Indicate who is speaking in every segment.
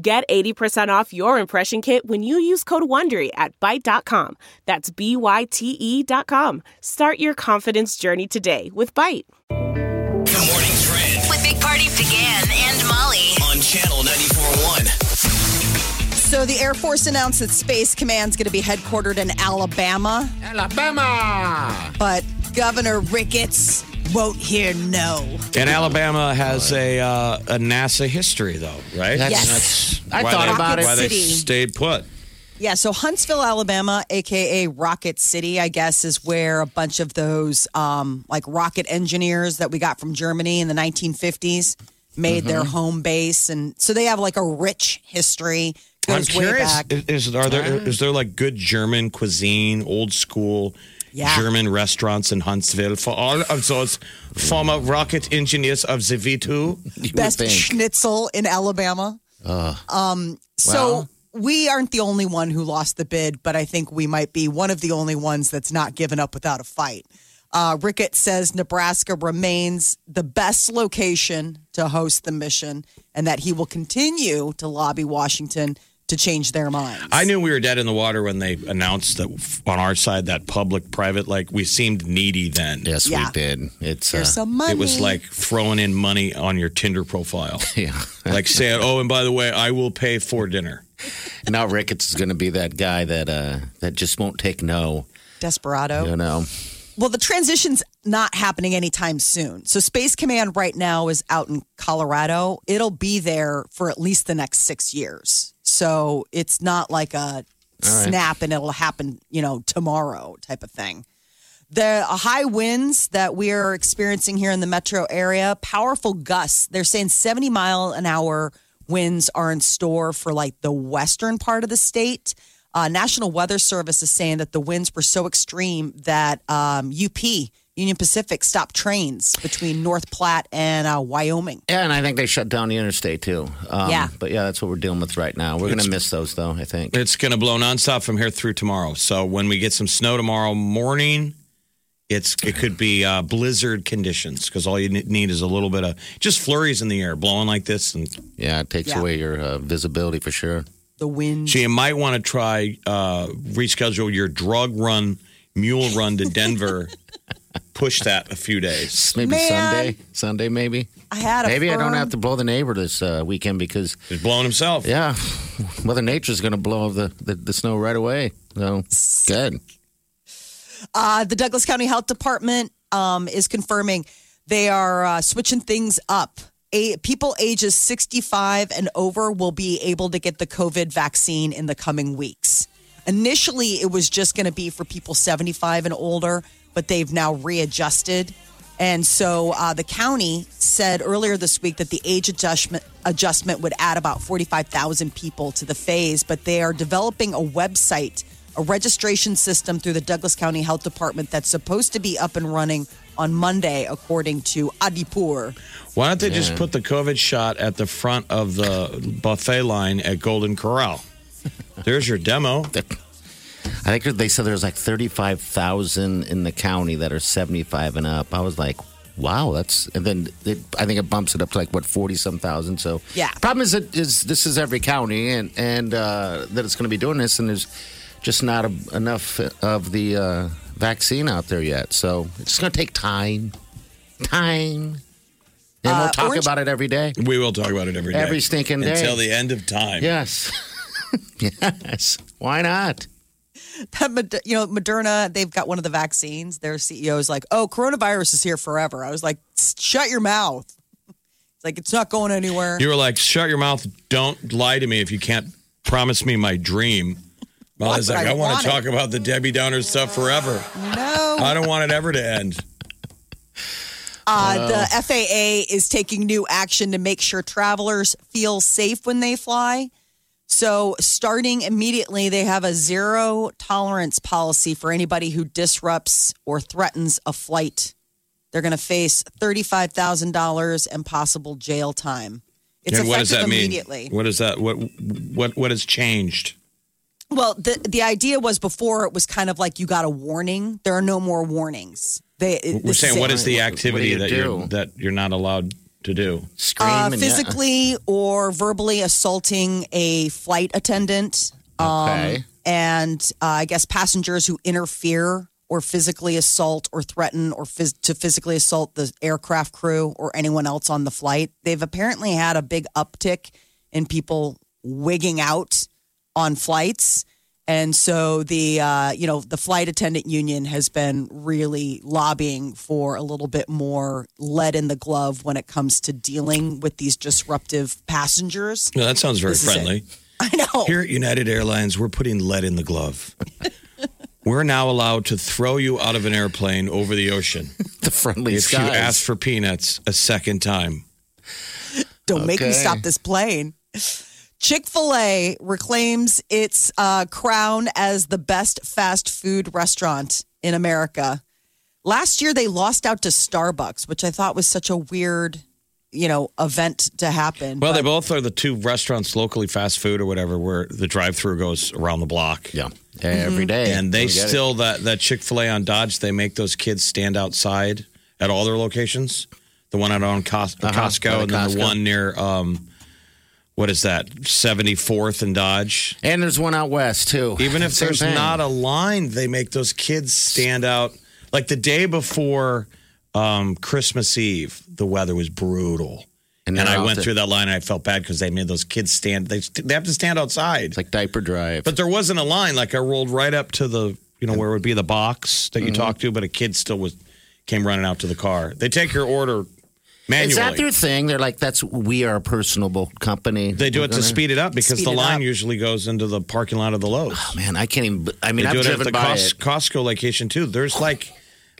Speaker 1: Get 80% off your impression kit when you use code WONDERY at Byte.com. That's B-Y-T-E E dot com. Start your confidence journey today with Byte.
Speaker 2: The morning trend
Speaker 3: with Big Party began and Molly.
Speaker 2: on channel 94.1.
Speaker 4: So the Air Force announced that Space Command's going to be headquartered in Alabama,
Speaker 5: Alabama.
Speaker 4: but Governor Ricketts won't hear no.
Speaker 6: And Alabama has a uh, a NASA history, though, right?
Speaker 5: That's,
Speaker 4: Yes.
Speaker 5: that's- I
Speaker 6: Why
Speaker 5: thought
Speaker 6: they-
Speaker 5: about it.
Speaker 6: Why they
Speaker 4: City.
Speaker 6: stayed put.
Speaker 4: Yeah, so Huntsville, Alabama, aka Rocket City, I guess, is where a bunch of those um, like rocket engineers that we got from Germany in the 1950s made their
Speaker 6: Mm-hmm.
Speaker 4: home base, and so they have like a rich history.
Speaker 6: I'm
Speaker 4: Goes way
Speaker 6: curious.
Speaker 4: back.
Speaker 6: Is, is- are there is there like good German cuisine, old school
Speaker 4: Yeah.
Speaker 6: German restaurants in Huntsville for all of those former rocket engineers of the V
Speaker 5: You
Speaker 6: two?
Speaker 5: would
Speaker 4: best
Speaker 5: think.
Speaker 4: schnitzel in Alabama. um, so
Speaker 5: Wow.
Speaker 4: we aren't the only one who lost the bid, but I think we might be one of the only ones that's not given up without a fight. Uh, Ricketts says Nebraska remains the best location to host the mission and that he will continue to lobby Washington to change their minds.
Speaker 6: I knew we were dead in the water when they announced that on our side that public private like we seemed needy then.
Speaker 5: Yes,
Speaker 4: Yeah.
Speaker 5: we did. It's uh,
Speaker 4: There's some money.
Speaker 6: It was like throwing in money on your Tinder profile.
Speaker 5: yeah.
Speaker 6: like saying, "Oh, and by the way, I will pay for dinner."
Speaker 5: now Ricketts is going to be that guy that uh, that just won't take no.
Speaker 4: Desperado.
Speaker 5: You know,
Speaker 4: Well, the transition's not happening anytime soon. So, Space Command right now is out in Colorado. It'll be there for at least the next six years. So, it's not like a snap and it'll happen, you know, tomorrow type of thing. The high winds that we are experiencing here in the metro area, powerful gusts. They're saying 70 mile an hour winds are in store for like the western part of the state. Uh, National Weather Service is saying that the winds were so extreme that um, UP, Union Pacific, stopped trains between North Platte and uh, Wyoming.
Speaker 5: yeah, and I think they shut down the interstate too. Um,
Speaker 4: Yeah.
Speaker 5: but yeah, that's what we're dealing with right now. We're going to miss those though. I think.
Speaker 6: It's going to blow nonstop from here through tomorrow. So when we get some snow tomorrow morning, it's it could be uh, blizzard conditions because all you ne- need is a little bit of just flurries in the air blowing like this, and
Speaker 5: Yeah, it takes
Speaker 4: Yeah.
Speaker 5: away your uh, visibility for sure.
Speaker 4: The wind.
Speaker 6: so you might want to try uh, reschedule your drug run, mule run to Denver. Push that a few days.
Speaker 5: Maybe
Speaker 4: Man.
Speaker 5: Sunday. Sunday maybe.
Speaker 4: I had a
Speaker 5: Maybe I don't
Speaker 4: firm-
Speaker 5: have to blow the neighbor this uh, weekend because
Speaker 6: He's blowing himself.
Speaker 5: yeah, Mother Nature's going to blow the, the the snow right away. So good.
Speaker 4: Uh, the Douglas County Health Department um, is confirming they are uh, switching things up. A- people ages 65 and over will be able to get the COVID vaccine in the coming weeks. Initially, it was just going to be for people 75 and older, but they've now readjusted. And so uh, the county said earlier this week that the age adjustment adjustment would add about 45,000 people to the phase, but they are developing a website, a registration system through the Douglas County Health Department that's supposed to be up and running on Monday, according to Adipur.
Speaker 6: Why don't they just put the COVID shot at the front of the buffet line at Golden Corral? There's your demo.
Speaker 5: I think they said there's like 35,000 in the county that are 75 and up. I was like, wow, that's, and then it, I think it bumps it up to like what, 40 some thousand. So,
Speaker 4: Yeah.
Speaker 5: Problem is, it is this is every county and, and, uh, that it's going to be doing this and there's just not a, enough of the, uh, vaccine out there yet. So it's going to take time, time. And we'll
Speaker 4: Uh,
Speaker 5: talk
Speaker 4: orange-
Speaker 5: about it every day.
Speaker 6: We will talk about it every day.
Speaker 5: Every stinking day.
Speaker 6: Until the end of time.
Speaker 5: Yes. yes. Why not?
Speaker 4: that Mod- you know Moderna, they've got one of the vaccines. Their CEO is like, "Oh, coronavirus is here forever." I was like, "Shut your mouth!" It's like it's not going anywhere.
Speaker 6: You were like, shut your mouth. Don't lie to me if you can't promise me my dream. Well, I was
Speaker 4: Why would
Speaker 6: like,
Speaker 4: I
Speaker 6: I, want
Speaker 4: want
Speaker 6: to
Speaker 4: it?
Speaker 6: talk about the Debbie Downer stuff forever.
Speaker 4: no.
Speaker 6: I don't want it ever to end.
Speaker 4: Uh,
Speaker 6: Oh.
Speaker 4: the FAA is taking new action to make sure travelers feel safe when they fly. So, starting immediately, they have a zero tolerance policy for anybody who disrupts or threatens a flight. They're going to face $35,000 and possible jail time. It's
Speaker 6: and what does
Speaker 4: effective
Speaker 6: that mean?
Speaker 4: immediately.
Speaker 6: What is that? What what what has changed?
Speaker 4: Well, the the idea was before it was kind of like you got a warning. There are no more warnings. They
Speaker 6: We're saying what is the
Speaker 5: What do
Speaker 6: activity
Speaker 5: you
Speaker 6: that
Speaker 5: do?
Speaker 6: you're that you're not allowed to do?
Speaker 5: Scream
Speaker 4: uh,
Speaker 5: and-
Speaker 4: physically or verbally assaulting a flight attendant. Um,
Speaker 5: Okay.
Speaker 4: and uh, I guess passengers who interfere or physically assault or threaten or phys- to physically assault the aircraft crew or anyone else on the flight. They've apparently had a big uptick in people wigging out on flights. And so the uh, you know the flight attendant union has been really lobbying for a little bit more lead in the glove when it comes to dealing with these disruptive passengers.
Speaker 6: No, that sounds very
Speaker 4: This is it.
Speaker 6: friendly.
Speaker 4: I know.
Speaker 6: Here at United Airlines, we're putting lead in the glove. we're now allowed to throw you out of an airplane over the ocean
Speaker 5: The friendly
Speaker 6: if you
Speaker 5: skies.
Speaker 6: ask for peanuts a second time.
Speaker 4: Don't make me
Speaker 5: Okay.
Speaker 4: stop this plane. Chick fil A reclaims its uh, crown as the best fast food restaurant in America. Last year, they lost out to Starbucks, which I thought was such a weird, you know, event to happen.
Speaker 6: Well, they
Speaker 4: But
Speaker 6: both are the two restaurants locally, fast food or whatever, where the drive-through goes around the block.
Speaker 5: yeah. Every day.
Speaker 6: Mm-hmm. And they
Speaker 5: We get it.
Speaker 6: still that that Chick Fil A on Dodge. They make those kids stand outside at all their locations. The one out on Cos- Costco,
Speaker 5: Uh-huh. out
Speaker 6: and
Speaker 5: of
Speaker 6: then the
Speaker 5: Costco.
Speaker 6: one near um, what is that Seventy Fourth and Dodge.
Speaker 5: And there's one out west too.
Speaker 6: Even if
Speaker 5: Same
Speaker 6: there's
Speaker 5: thing.
Speaker 6: not a line, they make those kids stand out. Like the day before um, Christmas Eve, the weather was brutal. And,
Speaker 5: they're
Speaker 6: I
Speaker 5: out
Speaker 6: went
Speaker 5: there.
Speaker 6: through that line and I felt bad because they made those kids stand. They, they have to stand outside.
Speaker 5: It's like diaper drive.
Speaker 6: But there wasn't a line. Like I rolled right up to the, you know, where would be the box that you talk to, but a kid still was came running out to the car. They take your order manually.
Speaker 5: is that their thing? They're like, that's we are a personable company.
Speaker 6: they do
Speaker 5: We're
Speaker 6: it to
Speaker 5: gonna-
Speaker 6: speed it up because
Speaker 4: Speed
Speaker 6: the
Speaker 4: it
Speaker 6: line
Speaker 4: up.
Speaker 6: usually goes into the parking lot of the Lowe's.
Speaker 5: Man, I can't even. I mean,
Speaker 6: they do
Speaker 5: I've
Speaker 6: it at the
Speaker 5: driven by
Speaker 6: Cos-
Speaker 5: it. Oh.
Speaker 6: Costco location too. There's like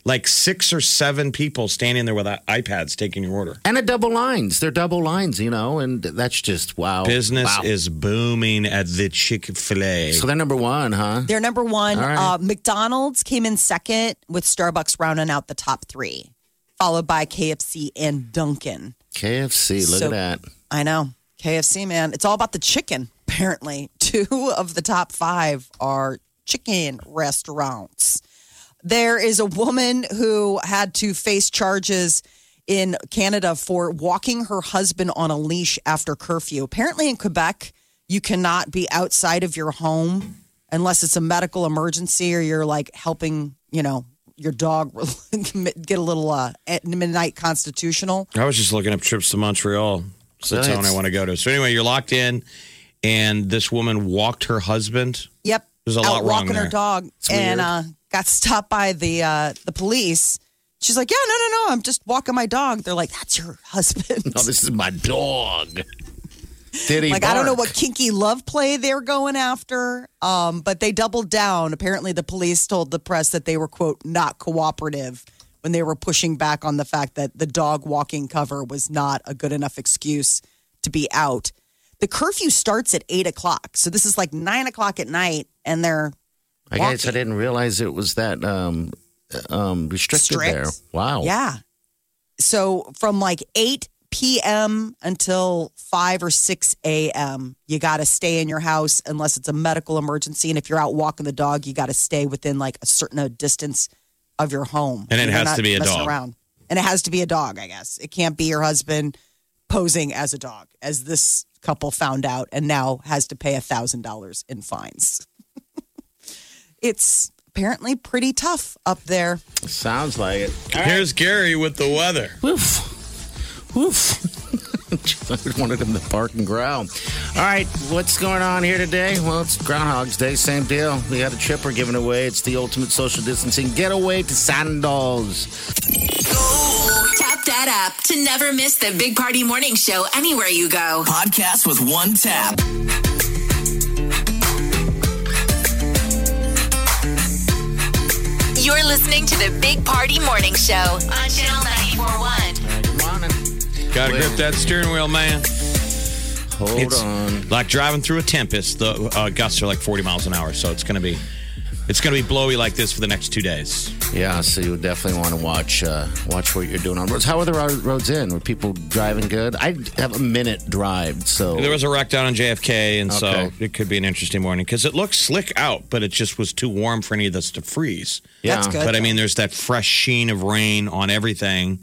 Speaker 6: like six or seven people standing there with i- iPads taking your order.
Speaker 5: And a double lines. They're double lines, you know, and that's just wow.
Speaker 6: Business
Speaker 5: Wow.
Speaker 6: is booming at the Chick Fil A.
Speaker 5: So they're number one, huh?
Speaker 4: they're number one.
Speaker 5: All right.
Speaker 4: Uh, McDonald's came in second, with Starbucks rounding out the top three, followed by KFC and Dunkin'.
Speaker 5: KFC. Look
Speaker 4: So-
Speaker 5: at that.
Speaker 4: I know. KFC, man. It's all about the chicken, apparently. Two of the top five are chicken restaurants. There is a woman who had to face charges in Canada for walking her husband on a leash after curfew. Apparently, in Quebec, you cannot be outside of your home unless it's a medical emergency or you're like helping, you know, your dog get a little uh, at midnight constitutional.
Speaker 6: I was just looking up trips to Montreal. It's the
Speaker 5: Nice.
Speaker 6: town I want to go to. So anyway, you're locked in, and this woman walked her husband.
Speaker 4: Yep.
Speaker 6: There's a
Speaker 4: out
Speaker 6: lot wrong
Speaker 4: walking her
Speaker 6: there.
Speaker 4: dog and uh, got stopped by the uh, the police. She's like, "Yeah, no, no, no, I'm just walking my dog." They're like, "That's your husband."
Speaker 5: Oh, this is my dog. Did he
Speaker 4: like I don't know what
Speaker 5: bark?
Speaker 4: kinky love play they're going after, um, but they doubled down. Apparently, the police told the press that they were quote not cooperative when they were pushing back on the fact that the dog walking cover was not a good enough excuse to be out. The curfew starts at eight o'clock, so this is like nine o'clock at night, and they're
Speaker 5: I guess I didn't realize it was that um, um, restricted
Speaker 4: Strict.
Speaker 5: there.
Speaker 6: Oh.
Speaker 5: Wow.
Speaker 4: Yeah. So from like 8 p.m. until 5 or 6 a.m., you got to stay in your house unless it's a medical emergency. And if you're out walking the dog, you got to stay within like a certain uh, distance of your home.
Speaker 6: And it
Speaker 4: You're
Speaker 6: has
Speaker 4: not
Speaker 6: to be a
Speaker 4: messing
Speaker 6: dog.
Speaker 4: Around. And it has to be a dog, I guess. It can't be your husband posing as a dog, as this couple found out and now has to pay $1,000 in fines. it's apparently pretty tough up there.
Speaker 5: Sounds like it.
Speaker 6: Here's Gary with the weather.
Speaker 5: Woof. Woof. I wanted him to bark and growl. All right, what's going on here today? Well, it's Groundhog's Day, same deal. We got a trip we're giving away. It's the ultimate social distancing getaway to Sandals.
Speaker 3: Tap that app to never miss the Big Party Morning Show anywhere you go.
Speaker 2: Podcast with one tap.
Speaker 3: You're listening to the Big Party Morning Show on Channel 941.
Speaker 5: Good morning.
Speaker 6: Gotta
Speaker 5: Well-
Speaker 6: grip that steering wheel, man.
Speaker 5: Hold
Speaker 6: It's
Speaker 5: on.
Speaker 6: like driving through a tempest. The uh, gusts are like 40 miles an hour, so it's going to be it's going to be blowy like this for the next two days.
Speaker 5: Yeah, so you definitely want to watch uh, watch what you're doing on roads. How are the ro- roads in? Were people driving good? I have a minute drive, so
Speaker 6: There was a wreck down on JFK, and
Speaker 5: Okay.
Speaker 6: so it could be an interesting morning because it looks slick out, but it just was too warm for any of us to freeze.
Speaker 5: yeah.
Speaker 4: That's good.
Speaker 6: But I mean, there's that fresh sheen of rain on everything,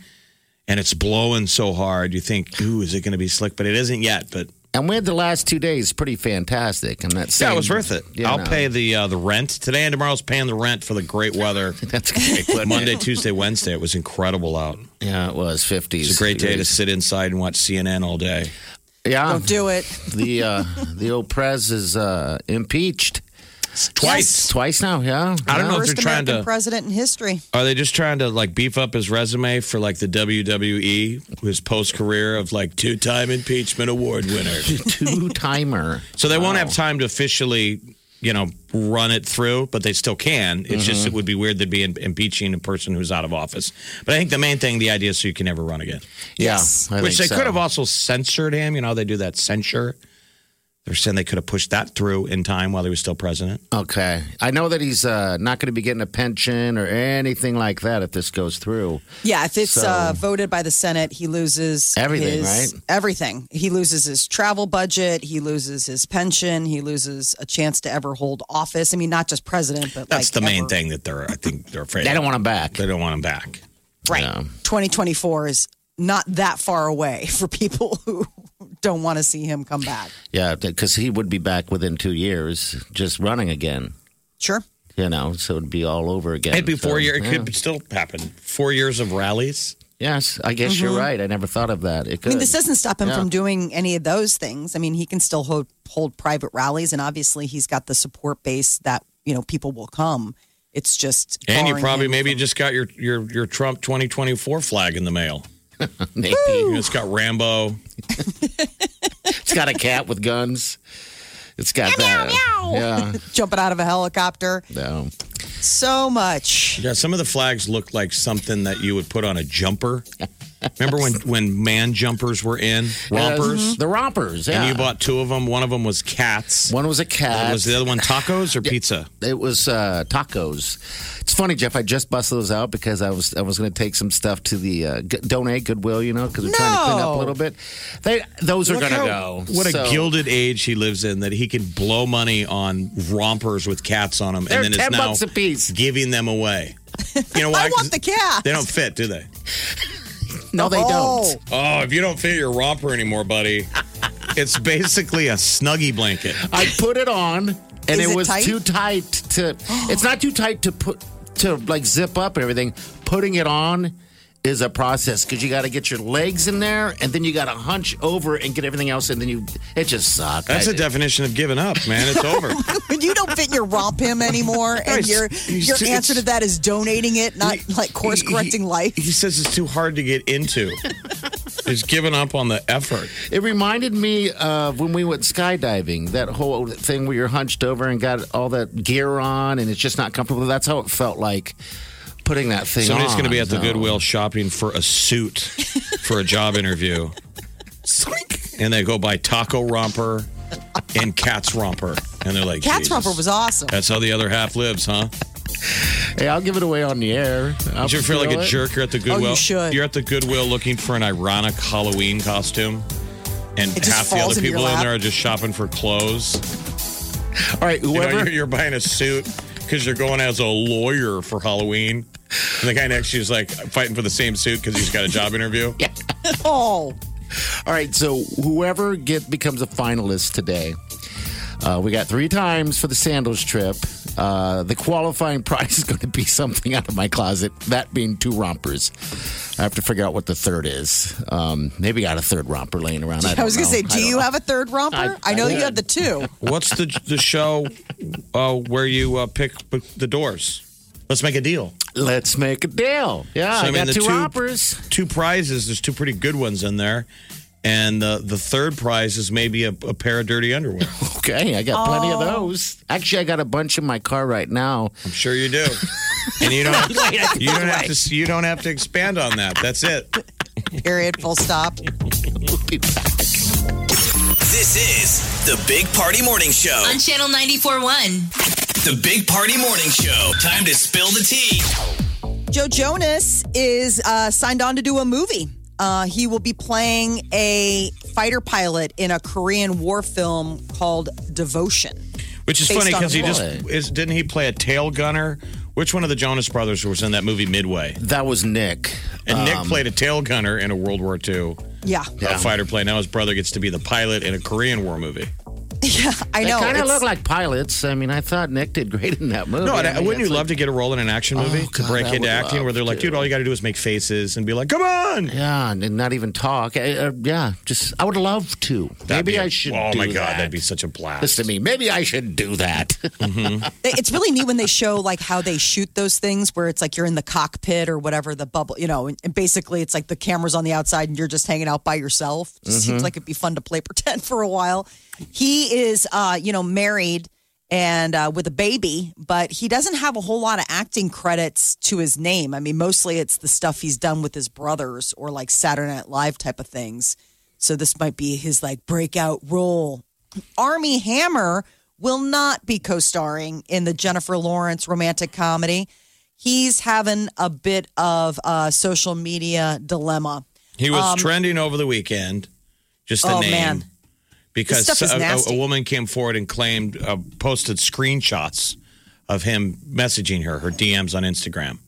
Speaker 6: and it's blowing so hard. You think, ooh, is it going to be slick? But it isn't yet. But
Speaker 5: And we had the last two days pretty fantastic. And that
Speaker 6: yeah,
Speaker 5: same-
Speaker 6: it was worth it.
Speaker 5: you
Speaker 6: I'll
Speaker 5: know.
Speaker 6: pay the uh, the rent today and tomorrow's paying the rent for the great weather.
Speaker 5: That's great. wasn't it?
Speaker 6: Monday, Tuesday, Wednesday, it was incredible out.
Speaker 5: Yeah, it was fifties.
Speaker 6: It's a great day to sit inside and watch CNN all day.
Speaker 5: Yeah,
Speaker 4: Don't do it.
Speaker 5: the uh, the old Prez is uh, impeached
Speaker 6: Twice.
Speaker 5: twice now. Yeah,
Speaker 6: I don't know if
Speaker 4: First
Speaker 6: they're trying
Speaker 4: American
Speaker 6: to.
Speaker 4: president in history.
Speaker 6: Are they just trying to like beef up his resume for like the WWE, his post career of like two time impeachment award winner?
Speaker 5: two timer.
Speaker 6: So they won't have time to officially, you know, run it through, but they still can. It's
Speaker 5: Mm-hmm.
Speaker 6: just it would be weird to be im- impeaching a person who's out of office. But I think the main thing, the idea is so you can never run again.
Speaker 5: Yeah, I
Speaker 6: Which they
Speaker 5: think so.
Speaker 6: could have also censored him. You know, they do that censure. They're saying they could have pushed that through in time while he was still president.
Speaker 5: Okay, I know that he's uh, not going to be getting a pension or anything like that if this goes through.
Speaker 4: Yeah, if it's
Speaker 5: So-
Speaker 4: uh, voted by the Senate, he loses
Speaker 5: Everything,
Speaker 4: his-
Speaker 5: right?
Speaker 4: Everything. He loses his travel budget. He loses his pension. He loses a chance to ever hold office. I mean, not just president, but
Speaker 6: That's
Speaker 4: like
Speaker 6: the main
Speaker 4: ever.
Speaker 6: thing that they're. I think they're afraid.
Speaker 5: They don't
Speaker 6: of.
Speaker 5: want him back.
Speaker 6: They don't want him back.
Speaker 4: Right.
Speaker 5: Yeah.
Speaker 4: 2024 is not that far away for people who don't want to see him come back.
Speaker 5: Yeah, because he would be back within two years, just running again.
Speaker 4: Sure.
Speaker 5: You know, so it'd be all over again.
Speaker 6: It'd be
Speaker 5: So,
Speaker 6: four years. It
Speaker 5: yeah.
Speaker 6: could still happen. Four years of rallies.
Speaker 5: Yes, I guess you're right. I never thought of that. It could.
Speaker 4: Mm-hmm. I mean, this doesn't stop him
Speaker 5: Yeah.
Speaker 4: from doing any of those things. I mean, he can still hold, hold private rallies, and obviously, he's got the support base that you know people will come. It's just
Speaker 6: And you
Speaker 4: barring
Speaker 6: probably
Speaker 4: him
Speaker 6: maybe
Speaker 4: from-
Speaker 6: just got your your your Trump 2024 flag in the mail.
Speaker 5: Maybe.
Speaker 6: It's got Rambo.
Speaker 5: It's got a cat with guns. It's got that. Yeah.
Speaker 4: jumping out of a helicopter.
Speaker 5: No.
Speaker 4: So much.
Speaker 6: Yeah, some of the flags look like something that you would put on a jumper. Remember when when man jumpers were in rompers,
Speaker 5: The rompers. Yeah.
Speaker 6: and you bought two of them. One of them was cats.
Speaker 5: one was a cat.
Speaker 6: was the other one tacos or pizza?
Speaker 5: It was uh, tacos. It's funny, Jeff. I just busted those out because I was I was going to take some stuff to the uh, g- donate Goodwill, you know, because we're trying to clean up a
Speaker 4: No.
Speaker 5: little bit. They those are
Speaker 6: Look
Speaker 5: going to go.
Speaker 6: how- What
Speaker 5: So-
Speaker 6: a gilded age he lives in that he can blow money on rompers with cats on them,
Speaker 5: They're
Speaker 6: and then
Speaker 5: ten
Speaker 6: is now
Speaker 5: bucks a piece.
Speaker 6: giving them away. You know why?
Speaker 4: I
Speaker 6: 'Cause
Speaker 4: want the cat.
Speaker 6: They don't fit, do they?
Speaker 5: No, they
Speaker 4: Oh.
Speaker 5: don't.
Speaker 6: Oh, if you don't fit your romper anymore, buddy, it's basically a snuggie blanket.
Speaker 5: I put it on, and
Speaker 4: Is
Speaker 5: it
Speaker 4: it
Speaker 5: was
Speaker 4: tight?
Speaker 5: too tight to. It's not too tight to put to like zip up and everything. Putting it on is a process because you got to get your legs in there, and then you got to hunch over and get everything else, and then you it just sucks.
Speaker 6: That's
Speaker 5: I-
Speaker 6: a definition of giving up, man. It's over.
Speaker 4: When you don't fit in your romp him anymore, and
Speaker 6: Guys,
Speaker 4: your
Speaker 6: he's-
Speaker 4: your
Speaker 6: he's-
Speaker 4: answer to that is donating it, not
Speaker 6: He-
Speaker 4: like course
Speaker 6: he-
Speaker 4: correcting
Speaker 6: he-
Speaker 4: life.
Speaker 6: He says it's too hard to get into. He's giving up on the effort.
Speaker 5: It reminded me of when we went skydiving, that whole thing where you're hunched over and got all that gear on, and it's just not comfortable. That's how it felt like putting that thing
Speaker 6: Somebody's
Speaker 5: on.
Speaker 6: going to be at the
Speaker 5: so-
Speaker 6: Goodwill shopping for a suit for a job interview. And they go buy taco romper and cat's romper. And they're like,
Speaker 4: Cat's
Speaker 6: "Jesus,
Speaker 4: romper was awesome.
Speaker 6: That's how the other half lives, huh?
Speaker 5: Hey, I'll give it away on the air. I'll
Speaker 6: Don't you feel like
Speaker 5: feel
Speaker 6: a
Speaker 5: it.
Speaker 6: jerk? You're at the Goodwill.
Speaker 4: Oh, should.
Speaker 6: are at the Goodwill looking for an ironic Halloween costume, and
Speaker 4: It just
Speaker 6: half the
Speaker 4: falls
Speaker 6: other
Speaker 4: into your
Speaker 6: people in
Speaker 4: lap.
Speaker 6: there are just shopping for clothes.
Speaker 5: All right,
Speaker 6: You know,
Speaker 5: whoever.
Speaker 6: you're, you're buying a suit because you're going as a lawyer for Halloween, and the guy next to you is like fighting for the same suit because he's got a job interview. yeah.
Speaker 4: Oh,
Speaker 5: All right, so whoever get becomes a finalist today, uh, we got three times for the sandals trip. Uh, the qualifying prize is going to be something out of my closet, that being two rompers. I have to figure out what the third is. Um, maybe got a third romper laying around. I,
Speaker 4: I was
Speaker 5: going
Speaker 4: gonna
Speaker 5: to
Speaker 4: say, do you have a third romper? I,
Speaker 5: I- I
Speaker 4: know you
Speaker 5: would.
Speaker 4: have the two.
Speaker 6: What's the the show uh, where you uh, pick b- the doors? Let's make a deal.
Speaker 5: Let's make a deal. Yeah,
Speaker 6: So,
Speaker 5: I,
Speaker 6: I mean,
Speaker 5: got
Speaker 6: the
Speaker 5: two,
Speaker 6: two-
Speaker 5: rompers.
Speaker 6: Two prizes. There's two pretty good ones in there. And uh, the third prize is maybe a, a pair of dirty underwear.
Speaker 5: Okay, I got plenty
Speaker 4: Oh.
Speaker 5: of those. Actually, I got a bunch in my car right now.
Speaker 6: I'm sure you do. And you don't you don't have to you don't have to expand on that. That's it.
Speaker 4: Period. Full stop.
Speaker 5: We'll be back.
Speaker 2: This is the Big Party Morning Show.
Speaker 3: on Channel 94.1.
Speaker 2: The Big Party Morning Show. Time to spill the tea.
Speaker 4: Joe Jonas is uh, signed on to do a movie. Uh, he will be playing a fighter pilot in a Korean war film called Devotion.
Speaker 6: Which is
Speaker 4: Based
Speaker 6: funny
Speaker 4: on
Speaker 6: because he just
Speaker 5: what?
Speaker 6: is, didn't he play a tail gunner? Which one of the Jonas Brothers was in that movie Midway?
Speaker 5: That was Nick.
Speaker 6: And Nick
Speaker 5: Um,
Speaker 6: played a tail gunner in a World War II
Speaker 4: Yeah,
Speaker 6: a fighter plane. Now his brother gets to be the pilot in a Korean War movie.
Speaker 4: yeah, I
Speaker 5: They
Speaker 4: know.
Speaker 5: kind of
Speaker 4: it's-
Speaker 5: look like pilots. I mean, I thought Nick did great in that movie.
Speaker 6: No,
Speaker 5: I
Speaker 6: and I-
Speaker 5: mean,
Speaker 6: wouldn't you
Speaker 5: it's
Speaker 6: love to get a role in an action movie
Speaker 5: Oh,
Speaker 6: to
Speaker 5: God,
Speaker 6: break
Speaker 5: I
Speaker 6: into
Speaker 5: would
Speaker 6: acting where
Speaker 5: love
Speaker 6: they're like,
Speaker 5: to.
Speaker 6: dude, all you got to do is make faces and be like, come on.
Speaker 5: like- yeah, and not even talk. I, uh, yeah, just I would love to.
Speaker 6: That'd
Speaker 5: Maybe
Speaker 6: be a-
Speaker 5: I should.
Speaker 6: Oh
Speaker 5: do
Speaker 6: my God,
Speaker 5: that.
Speaker 6: that'd be such a blast.
Speaker 5: Listen to me. Maybe I should do that.
Speaker 4: it's really neat when they show like how they shoot those things where it's like you're in the cockpit or whatever the bubble you know and, and basically it's like the camera's on the outside and you're just hanging out by yourself just seems like it'd be fun to play pretend for a while he is uh you know married and uh, with a baby but he doesn't have a whole lot of acting credits to his name i mean mostly it's the stuff he's done with his brothers or like saturday night live type of things so this might be his like breakout role Army Hammer will not be co starring in the Jennifer Lawrence romantic comedy. He's having a bit of a social media dilemma.
Speaker 6: He was trending over the weekend. Just the
Speaker 4: Um, Oh,
Speaker 6: name.
Speaker 4: man.
Speaker 6: Because
Speaker 4: This stuff is
Speaker 6: a- a,
Speaker 4: nasty.
Speaker 6: a woman came forward and claimed, uh, posted screenshots of him messaging her, her DMs on Instagram.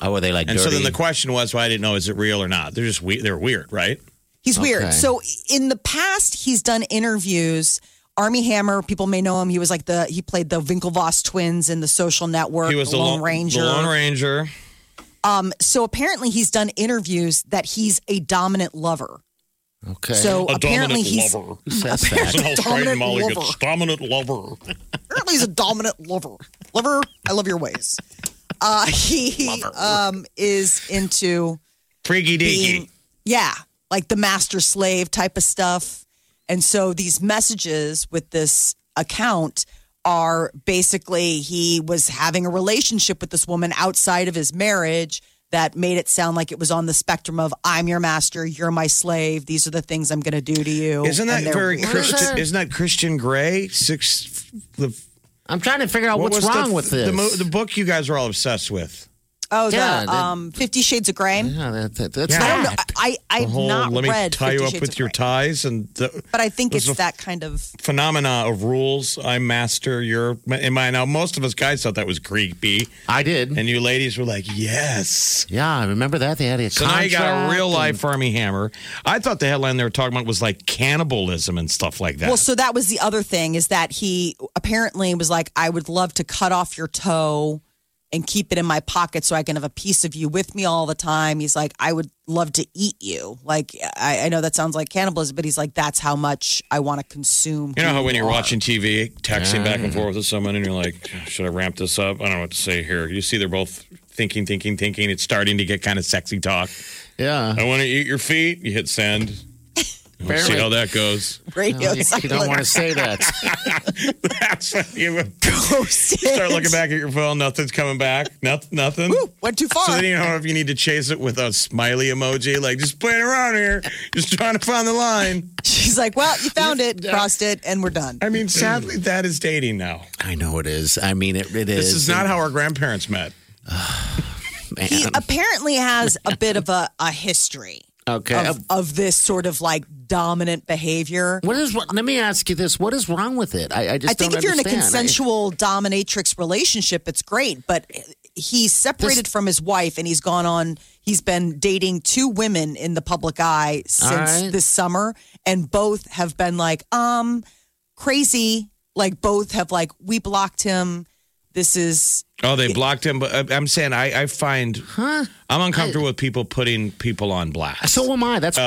Speaker 5: oh, were they like
Speaker 6: And so
Speaker 5: dirty?
Speaker 6: then the question was, well, I didn't know, is it real or not? They're just we- they're weird, right?
Speaker 4: He's weird.
Speaker 5: Okay.
Speaker 4: So in the past, he's done interviews. Army Hammer, people may know him. He was like the he played the Winklevoss twins in The Social Network.
Speaker 6: He was the,
Speaker 4: Lone
Speaker 6: Lone-
Speaker 4: Ranger. Um,
Speaker 6: The Lone Ranger.
Speaker 4: so apparently, he's done interviews that he's a dominant lover.
Speaker 5: okay.
Speaker 4: So
Speaker 6: A
Speaker 4: apparently,
Speaker 6: dominant
Speaker 4: he's
Speaker 6: lover.
Speaker 5: Who says that?
Speaker 6: Somehow Brian
Speaker 4: dominant
Speaker 6: Molly
Speaker 4: lover.
Speaker 6: gets dominant lover.
Speaker 4: apparently he's a dominant lover. Lover, I love your ways. Uh, he um, is into
Speaker 6: Friggy
Speaker 4: being,
Speaker 6: diggy.
Speaker 4: yeah, like the master slave type of stuff. And so these messages with this account are basically he was having a relationship with this woman outside of his marriage that made it sound like it was on the spectrum of I'm your master, you're my slave, these are the things I'm going to do to you.
Speaker 6: Isn't that
Speaker 4: And they're
Speaker 6: very
Speaker 4: weird.
Speaker 6: Christian? Isn't that Christian Gray? Six. The,
Speaker 5: I'm trying to figure out
Speaker 6: what
Speaker 5: what's
Speaker 6: was the-
Speaker 5: wrong with this.
Speaker 6: The, mo- the book you guys were all obsessed with.
Speaker 4: Oh,
Speaker 5: Yeah,
Speaker 4: the
Speaker 5: that-
Speaker 4: um, Fifty Shades of Grey.
Speaker 5: yeah, that, that, that's
Speaker 6: Yeah.
Speaker 4: I don't know.
Speaker 5: that.
Speaker 4: I I
Speaker 6: The
Speaker 4: I've
Speaker 6: whole
Speaker 4: not
Speaker 6: let me
Speaker 4: read Fifty
Speaker 6: tie you up
Speaker 4: Shades
Speaker 6: with
Speaker 4: of
Speaker 6: your
Speaker 4: Grey,
Speaker 6: ties and the
Speaker 4: but I think
Speaker 6: Those
Speaker 4: it's
Speaker 6: are-
Speaker 4: that kind of.
Speaker 6: phenomena of rules. I'm master. You're in my now. Most of us guys thought that was creepy,
Speaker 5: I did.
Speaker 6: and you ladies were like, "Yes."
Speaker 5: yeah, I remember that. They had a
Speaker 6: So
Speaker 5: contract.
Speaker 6: now you got a real life Army Hammer. I thought the headline they were talking about was like cannibalism and stuff like that.
Speaker 4: Well, so that was the other thing is that he apparently was like, I would love to cut off your toe and keep it in my pocket so I can have a piece of you with me all the time. He's like, I would love to eat you. Like, I, I know that sounds like cannibalism, but he's like, that's how much I want to consume.
Speaker 6: you know
Speaker 4: who
Speaker 6: how when
Speaker 4: you
Speaker 6: you're
Speaker 4: are."
Speaker 6: watching TV, texting back
Speaker 4: Mm.
Speaker 6: and forth with someone, and you're like, "Should I ramp this up? I don't know what to say here." You see, they're both thinking, thinking, thinking. It's starting to get kind of sexy talk.
Speaker 5: Yeah.
Speaker 6: I want to eat your feet. You hit send. We'll see
Speaker 5: Barely.
Speaker 6: how that goes.
Speaker 4: radio,
Speaker 5: You,
Speaker 4: it's like,
Speaker 5: you don't want to say that.
Speaker 6: That's what you
Speaker 4: start
Speaker 6: start looking back at your phone. Nothing's coming back. Nothing. Nothing.
Speaker 4: Went too far.
Speaker 6: So then you don't know if you need to chase it with a smiley emoji, like just playing around here, just trying to find the line.
Speaker 4: She's like, well, you found it, crossed it, and we're done.
Speaker 6: I mean, sadly, that is dating now.
Speaker 5: I know it is. I mean, it, it is.
Speaker 6: This is not how our grandparents met.
Speaker 5: Man.
Speaker 4: he apparently has a bit of a, a history
Speaker 5: okay. Uh,
Speaker 4: of, of this sort of like dominant behavior.
Speaker 5: What is? Let me ask you this: What is wrong with it? I, I just
Speaker 4: I think
Speaker 5: don't
Speaker 4: if you're in a
Speaker 5: understand.
Speaker 4: consensual dominatrix relationship, it's great, but he's separated from his wife and he's gone on, he's been dating two women in the public eye since
Speaker 5: right.
Speaker 4: this summer, and both have been like, um, crazy. Like, both have, like, we blocked him. This is,
Speaker 6: Oh, they blocked him. But I- I'm saying I, I find I'm uncomfortable with people putting people on blast.
Speaker 5: so am I. That's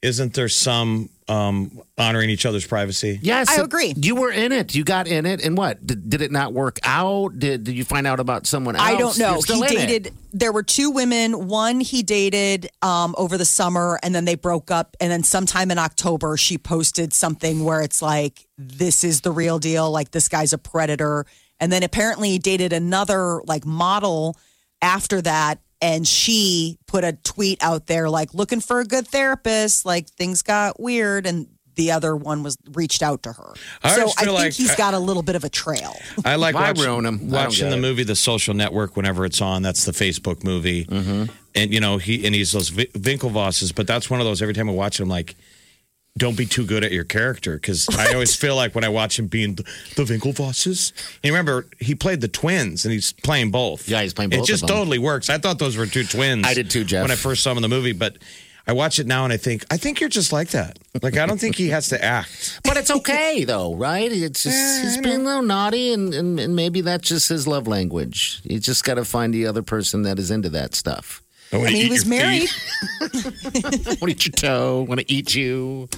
Speaker 6: Isn't there some um, honoring each other's privacy?
Speaker 5: yes.
Speaker 4: I
Speaker 5: it-
Speaker 4: agree.
Speaker 5: You were in it. You got in it, and what did, did it not work out? Did Did you find out about someone else?
Speaker 4: I don't know.
Speaker 5: You're still
Speaker 4: He
Speaker 5: in it.
Speaker 4: dated. There were two women. One he dated um, over the summer, and then they broke up. And then sometime in October, she posted something where it's like, "This is the real deal. Like this guy's a predator." And then apparently he dated another like model after that, and she put a tweet out there like, "Looking for a good therapist." Like things got weird, and the other one was reached out to her.
Speaker 6: I
Speaker 4: so
Speaker 6: just
Speaker 4: I
Speaker 6: feel
Speaker 4: think
Speaker 6: like-
Speaker 4: he's got a little bit of a trail.
Speaker 6: I like
Speaker 5: Why
Speaker 6: watch-
Speaker 5: ruin 'em? I don't
Speaker 6: watching
Speaker 5: get
Speaker 6: the
Speaker 5: it.
Speaker 6: movie The Social Network whenever it's on. That's the Facebook movie,
Speaker 5: Mm-hmm.
Speaker 6: and you know he and he's those Vi- Winklevosses. But that's one of those. Every time I watch him, like, don't be too good at your character because I always feel like when I watch him being the, the Winklevosses. And remember, he played the twins, and he's playing both.
Speaker 5: Yeah, he's playing
Speaker 6: It
Speaker 5: both
Speaker 6: just
Speaker 5: of 'em.
Speaker 6: totally works. I thought those were two twins.
Speaker 5: I did too, Jeff.
Speaker 6: When I first saw him in the movie, but. I watch it now and I think, I think you're just like that. Like, I don't think he has to act.
Speaker 5: But it's okay, though, right? It's just he's being a little naughty, and, and, and maybe that's just his love language. You just got to find the other person that is into that stuff.
Speaker 4: I mean, he was married.
Speaker 5: want to eat your toe? Want to eat you?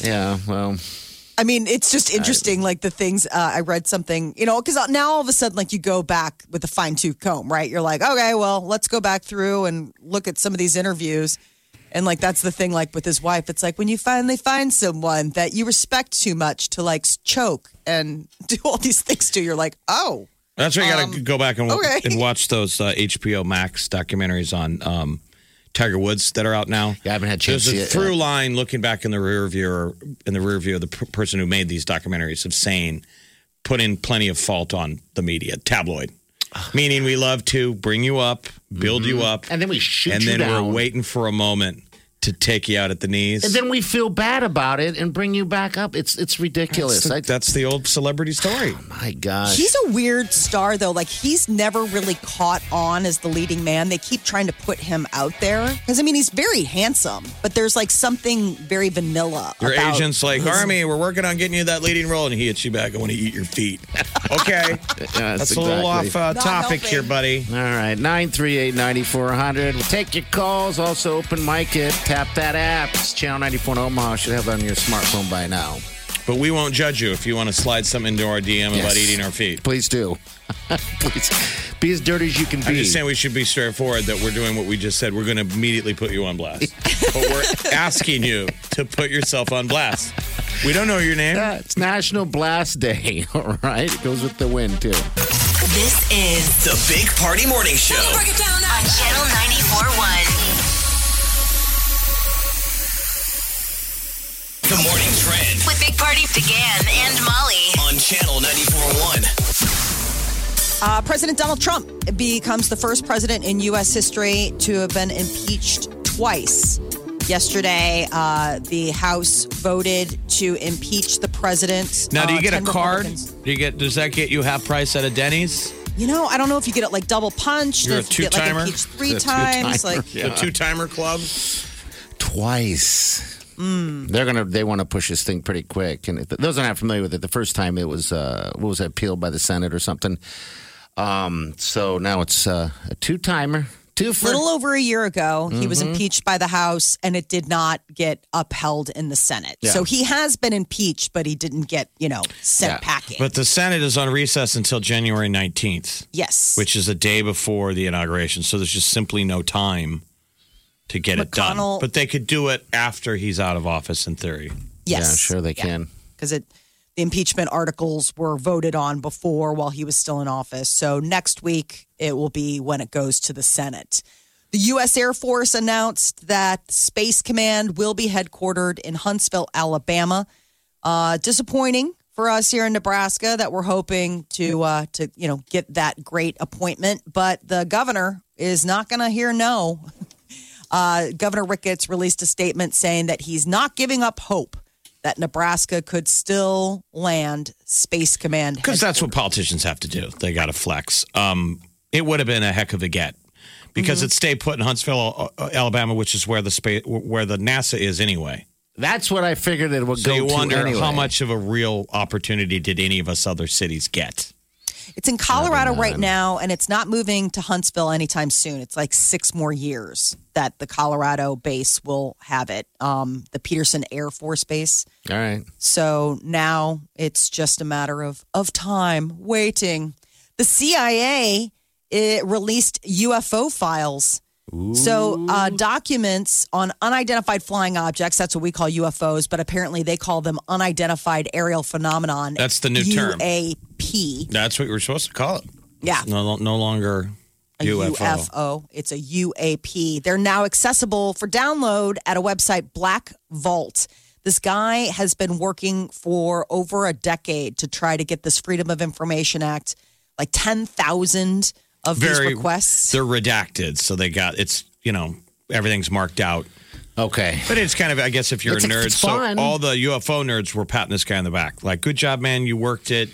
Speaker 5: Yeah, well,
Speaker 4: I mean, it's just interesting, like the things uh, I read something, you know, because now all of a sudden, like you go back with a fine tooth comb, right? You're like, okay, well, let's go back through and look at some of these interviews. And like, that's the thing, like with his wife, it's like when you finally find someone that you respect too much to like choke and do all these things to, you're like, oh,
Speaker 6: That's why you got to go back and,
Speaker 4: okay.
Speaker 6: and watch those uh, HBO Max documentaries on um, Tiger Woods that are out now.
Speaker 5: Yeah, I haven't had a chance
Speaker 6: There's
Speaker 5: to
Speaker 6: a
Speaker 5: see it
Speaker 6: through
Speaker 5: yet.
Speaker 6: line looking back in the rear view, or in the rear view of the p- person who made these documentaries of saying, put in plenty of fault on the media tabloid, meaning we love to bring you up, build you up,
Speaker 5: Mm-hmm. and then we shoot
Speaker 6: and
Speaker 5: you
Speaker 6: then
Speaker 5: down.
Speaker 6: we're waiting for a moment to take you out at the knees.
Speaker 5: And then we feel bad about it and bring you back up. It's it's ridiculous.
Speaker 6: that's, the,
Speaker 5: I,
Speaker 6: that's the old celebrity story.
Speaker 5: my gosh.
Speaker 4: He's a weird star, though. Like, he's never really caught on as the leading man. They keep trying to put him out there. Because, I mean, he's very handsome, but there's like something very vanilla.
Speaker 6: Your
Speaker 4: about
Speaker 6: agent's like,
Speaker 4: his-
Speaker 6: Army, we're working on getting you that leading role, and he hits you back. I want to eat your feet. Okay.
Speaker 5: Yeah,
Speaker 6: That's a little off
Speaker 5: exactly.
Speaker 6: uh,
Speaker 4: Not
Speaker 6: topic
Speaker 4: helping.
Speaker 6: here, buddy.
Speaker 5: All right, 938 9400. We'll take your calls. Also, open mic it. Tap that app. It's Channel 94 in Omaha. Should have it on your smartphone by now.
Speaker 6: But we won't judge you if you want to slide something into our DM about
Speaker 5: Yes.
Speaker 6: eating our feet.
Speaker 5: Please do. Please be as dirty as you can
Speaker 6: I'm
Speaker 5: be.
Speaker 6: just saying we should be straightforward that we're doing what we just said. We're going to immediately put you on blast. but we're asking you to put yourself on blast. We don't know your name.
Speaker 5: Yeah, it's National Blast Day. All right, it goes with the wind too.
Speaker 3: This is
Speaker 2: The Big Party Morning Show.
Speaker 3: Break It Down on Channel 94.1.
Speaker 2: The Morning Trend
Speaker 3: With Big Party began and Molly.
Speaker 2: on Channel 94.1.
Speaker 4: Uh, president Donald Trump becomes the first president in U.S. history to have been impeached twice. Yesterday, uh, the House voted to impeach the president.
Speaker 6: Now, do you
Speaker 4: Uh,
Speaker 6: get a
Speaker 4: 10
Speaker 6: card?
Speaker 4: Republicans-
Speaker 6: Do you get? Does that get you half price at a Denny's?
Speaker 4: You know, I don't know if you get it like double punched.
Speaker 6: You're a
Speaker 4: if you get,
Speaker 6: two-timer?
Speaker 4: Like, impeached three
Speaker 5: A
Speaker 4: times.
Speaker 5: two-timer,
Speaker 4: Like,
Speaker 5: yeah.
Speaker 6: The two timer club.
Speaker 5: Twice. They're gonna. They want to push this thing pretty quick. And if- those are not familiar with it. The first time it was uh, what was it, appealed by the Senate or something. Um, so now it's uh, a two timer, two for
Speaker 4: little over a year ago, he was
Speaker 6: Mm-hmm.
Speaker 4: impeached by the House, and it did not get upheld in the Senate. So he has been impeached, but he didn't get, you know, sent
Speaker 5: Yeah.
Speaker 4: packing.
Speaker 6: But the Senate is on recess until January 19th.
Speaker 4: yes.
Speaker 6: which is a day before the inauguration. So there's just simply no time to get it done.
Speaker 4: McConnell-
Speaker 6: But they could do it after he's out of office, in theory.
Speaker 4: yes.
Speaker 5: Yeah, sure they can.
Speaker 4: because it the impeachment articles were voted on before while he was still in office. So next week it will be when it goes to the Senate. The U.S. Air Force announced that Space Command will be headquartered in Huntsville, Alabama. Uh, disappointing for us here in Nebraska that we're hoping to uh, to you know get that great appointment, but the governor is not going to hear no. Uh, Governor Ricketts released a statement saying that he's not giving up hope that Nebraska could still land Space Command.
Speaker 6: Because that's what politicians have to do. They got to flex. Um, it would have been a heck of a get because it stayed put in Huntsville, uh, Alabama, which is where the space, where the NASA is anyway.
Speaker 5: That's what I figured it would
Speaker 6: So
Speaker 5: go
Speaker 6: you
Speaker 5: to
Speaker 6: wonder
Speaker 5: anyway.
Speaker 6: how much of a real opportunity did any of us other cities get?
Speaker 4: It's in Colorado right now, and it's not moving to Huntsville anytime soon. It's like six more years that the Colorado base will have it, um, the Peterson Air Force Base.
Speaker 5: All right.
Speaker 4: So now it's just a matter of of time waiting. The CIA it released UFO files. So uh, documents on unidentified flying objects, that's what we call UFOs, but apparently they call them unidentified aerial phenomenon.
Speaker 6: That's the new term.
Speaker 4: UAP.
Speaker 6: That's what you were supposed to call it.
Speaker 4: Yeah.
Speaker 6: It's no, no longer
Speaker 4: A UFO. It's a UAP. They're now accessible for download at a website, Black Vault. This guy has been working for over a decade to try to get this Freedom of Information Act, like 10,000 of these requests.
Speaker 6: They're redacted, so they got it's you know everything's marked out.
Speaker 5: Okay.
Speaker 6: But it's kind of I guess if you're
Speaker 5: It's-
Speaker 6: a nerd,
Speaker 5: it's
Speaker 6: so
Speaker 5: fun.
Speaker 6: all the UFO nerds were patting this guy on the back, like good job, man, you worked it.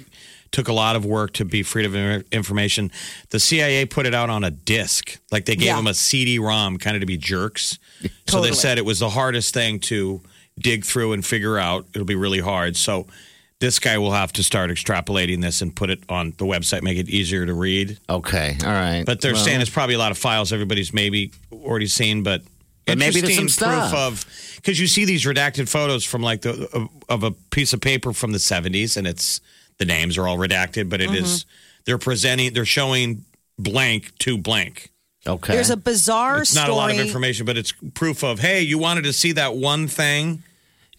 Speaker 6: Took a lot of work to be freedom of information. The CIA put it out on a disc, like they gave
Speaker 4: Yeah.
Speaker 6: them a CD-ROM, kind of to be jerks. So they
Speaker 4: Totally.
Speaker 6: said it was the hardest thing to dig through and figure out. It'll be really hard. So this guy will have to start extrapolating this and put it on the website, make it easier to read.
Speaker 5: Okay. All right.
Speaker 6: But they're
Speaker 5: Well,
Speaker 6: saying it's probably a lot of files everybody's maybe already seen, but,
Speaker 5: But maybe there's some
Speaker 6: interesting proof
Speaker 5: stuff.
Speaker 6: of because you see these redacted photos from like the of, of a piece of paper from the 70s, and it's the names are all redacted, but it is-
Speaker 5: Mm-hmm.
Speaker 6: they're presenting they're showing blank to blank.
Speaker 5: okay.
Speaker 4: There's a bizarre
Speaker 6: It's
Speaker 4: story.
Speaker 6: not a lot of information, but it's proof of hey, you wanted to see that one thing.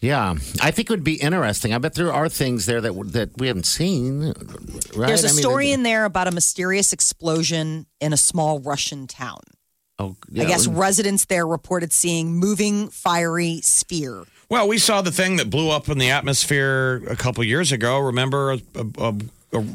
Speaker 5: yeah. I think it would be interesting. I bet there are things there that that we haven't seen. Right?
Speaker 4: There's a
Speaker 5: I mean,
Speaker 4: story
Speaker 5: it-
Speaker 4: in there about a mysterious explosion in a small Russian town.
Speaker 5: Oh,
Speaker 4: I
Speaker 5: yeah.
Speaker 4: guess residents there reported seeing moving fiery sphere.
Speaker 6: Well, we saw the thing that blew up in the atmosphere a couple years ago. Remember a, a, a, a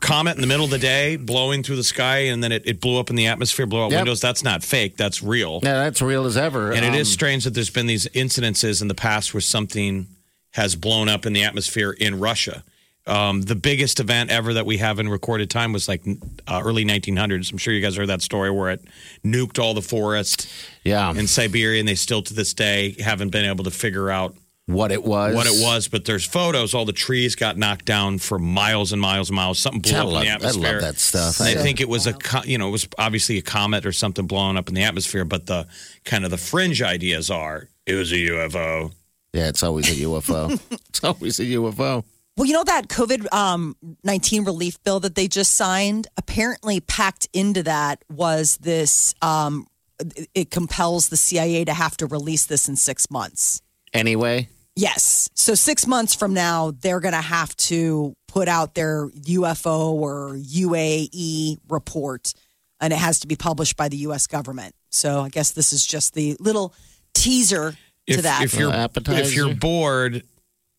Speaker 6: comet in the middle of the day blowing through the sky, and then it, it blew up in the atmosphere, blew out
Speaker 5: Yep.
Speaker 6: windows. That's not fake. That's real.
Speaker 5: Yeah, that's real as ever.
Speaker 6: And it is
Speaker 5: Um,
Speaker 6: strange that there's been these incidences in the past where something has blown up in the atmosphere in Russia. Um, the biggest event ever that we have in recorded time was like uh, early 1900s. I'm sure you guys heard that story where it nuked all the forest
Speaker 5: Yeah.
Speaker 6: in Siberia, and they still to this day haven't been able to figure out
Speaker 5: what it was.
Speaker 6: what it was, but there's photos. All the trees got knocked down for miles and miles and miles. Something blew
Speaker 5: I
Speaker 6: up
Speaker 5: love,
Speaker 6: in the
Speaker 5: I
Speaker 6: atmosphere.
Speaker 5: love that stuff.
Speaker 6: And I
Speaker 5: I-
Speaker 6: think it was a, co- you know, it was obviously a comet or something blowing up in the atmosphere. But the kind of the fringe ideas are it was a UFO.
Speaker 5: yeah, it's always a UFO. it's always a UFO.
Speaker 4: Well, you know that COVID um, 19 relief bill that they just signed? Apparently, packed into that was this um, it- it compels the CIA to have to release this in six months.
Speaker 5: Anyway,
Speaker 4: Yes. So, six months from now, they're going to have to put out their UFO or UAE report, and it has to be published by the U.S. government. So, I guess this is just the little teaser to
Speaker 6: If,
Speaker 4: that.
Speaker 6: if you're
Speaker 5: Little appetizer.
Speaker 6: if you're bored,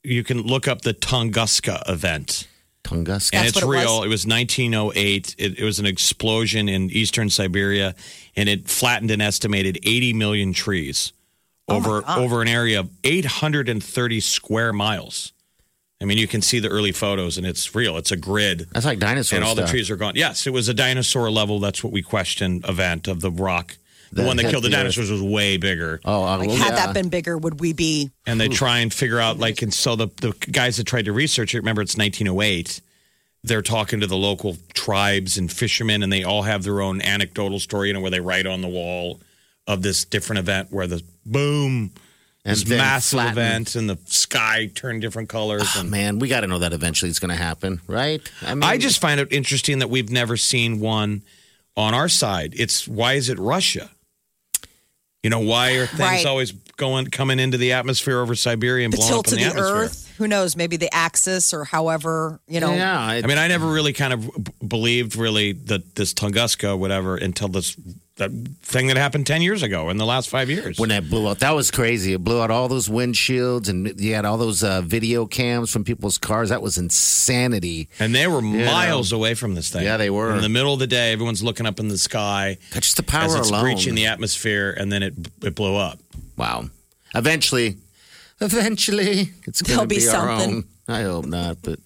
Speaker 6: you can look up the Tunguska event.
Speaker 5: Tunguska.
Speaker 6: and
Speaker 4: That's
Speaker 6: it's
Speaker 4: what it
Speaker 6: real. It was 1908. It, it was an explosion in eastern Siberia, and it flattened an estimated 80 million trees over over an area of 830 square miles. I mean, you can see the early photos, and it's real. It's a grid,
Speaker 5: That's like dinosaur
Speaker 6: and all
Speaker 5: stuff.
Speaker 6: the trees are gone. Yes, it was a dinosaur level. That's what we questioned. Event of the rock. The
Speaker 5: That
Speaker 6: one that
Speaker 5: hit
Speaker 6: killed the
Speaker 5: the earth.
Speaker 6: dinosaurs was way bigger
Speaker 5: Oh, I
Speaker 4: like,
Speaker 5: love
Speaker 4: had that been bigger, would we be
Speaker 6: and they try and figure out like and so the, the guys that tried to research it remember it's 1908 they're talking to the local tribes and fishermen and they all have their own anecdotal story you know where they write on the wall of this different event where the boom
Speaker 5: And
Speaker 6: this
Speaker 5: then
Speaker 6: massive
Speaker 5: flatten.
Speaker 6: event and the sky turned different colors
Speaker 5: Oh,
Speaker 6: and
Speaker 5: Ah, Man, we got to know that eventually it's going to happen, right? mean,
Speaker 6: i just find it interesting that we've never seen one on our side it's why is it russia you know why are things
Speaker 4: Right.
Speaker 6: always going coming into the atmosphere over siberia and
Speaker 4: the
Speaker 6: blowing
Speaker 4: tilt
Speaker 6: up
Speaker 4: of
Speaker 6: in
Speaker 4: the,
Speaker 6: the, atmosphere
Speaker 4: earth? Who knows? Maybe the axis or however, you know.
Speaker 5: yeah. I,
Speaker 6: I mean, I never really kind of b- believed really that this Tunguska, whatever, until this that thing that happened ten years ago in the last five years.
Speaker 5: when that blew out, that was crazy. It blew out all those windshields, and you had all those uh, video cams from people's cars. That was insanity.
Speaker 6: and they were miles away from this thing.
Speaker 5: Yeah, they were.
Speaker 6: in the middle of the day. Everyone's looking up in the sky
Speaker 5: That's just the power
Speaker 6: as it's
Speaker 5: alone.
Speaker 6: breaching the atmosphere, and then it it blew up.
Speaker 5: wow. Eventually, eventually, it's going
Speaker 4: There'll
Speaker 5: to
Speaker 4: be
Speaker 5: be, our
Speaker 4: something.
Speaker 5: own. I hope not, but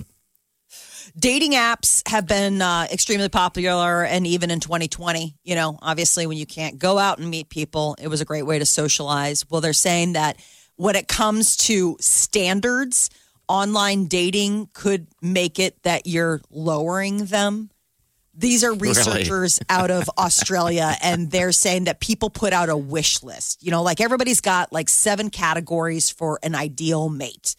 Speaker 4: Dating apps have been uh, extremely popular, and even in 2020, you know, obviously when you can't go out and meet people, it was a great way to socialize. Well, they're saying that when it comes to standards, online dating could make it that you're lowering them. These are researchers out of Australia, and they're saying that people put out a wish list. You know, like everybody's got like seven categories for an ideal mate,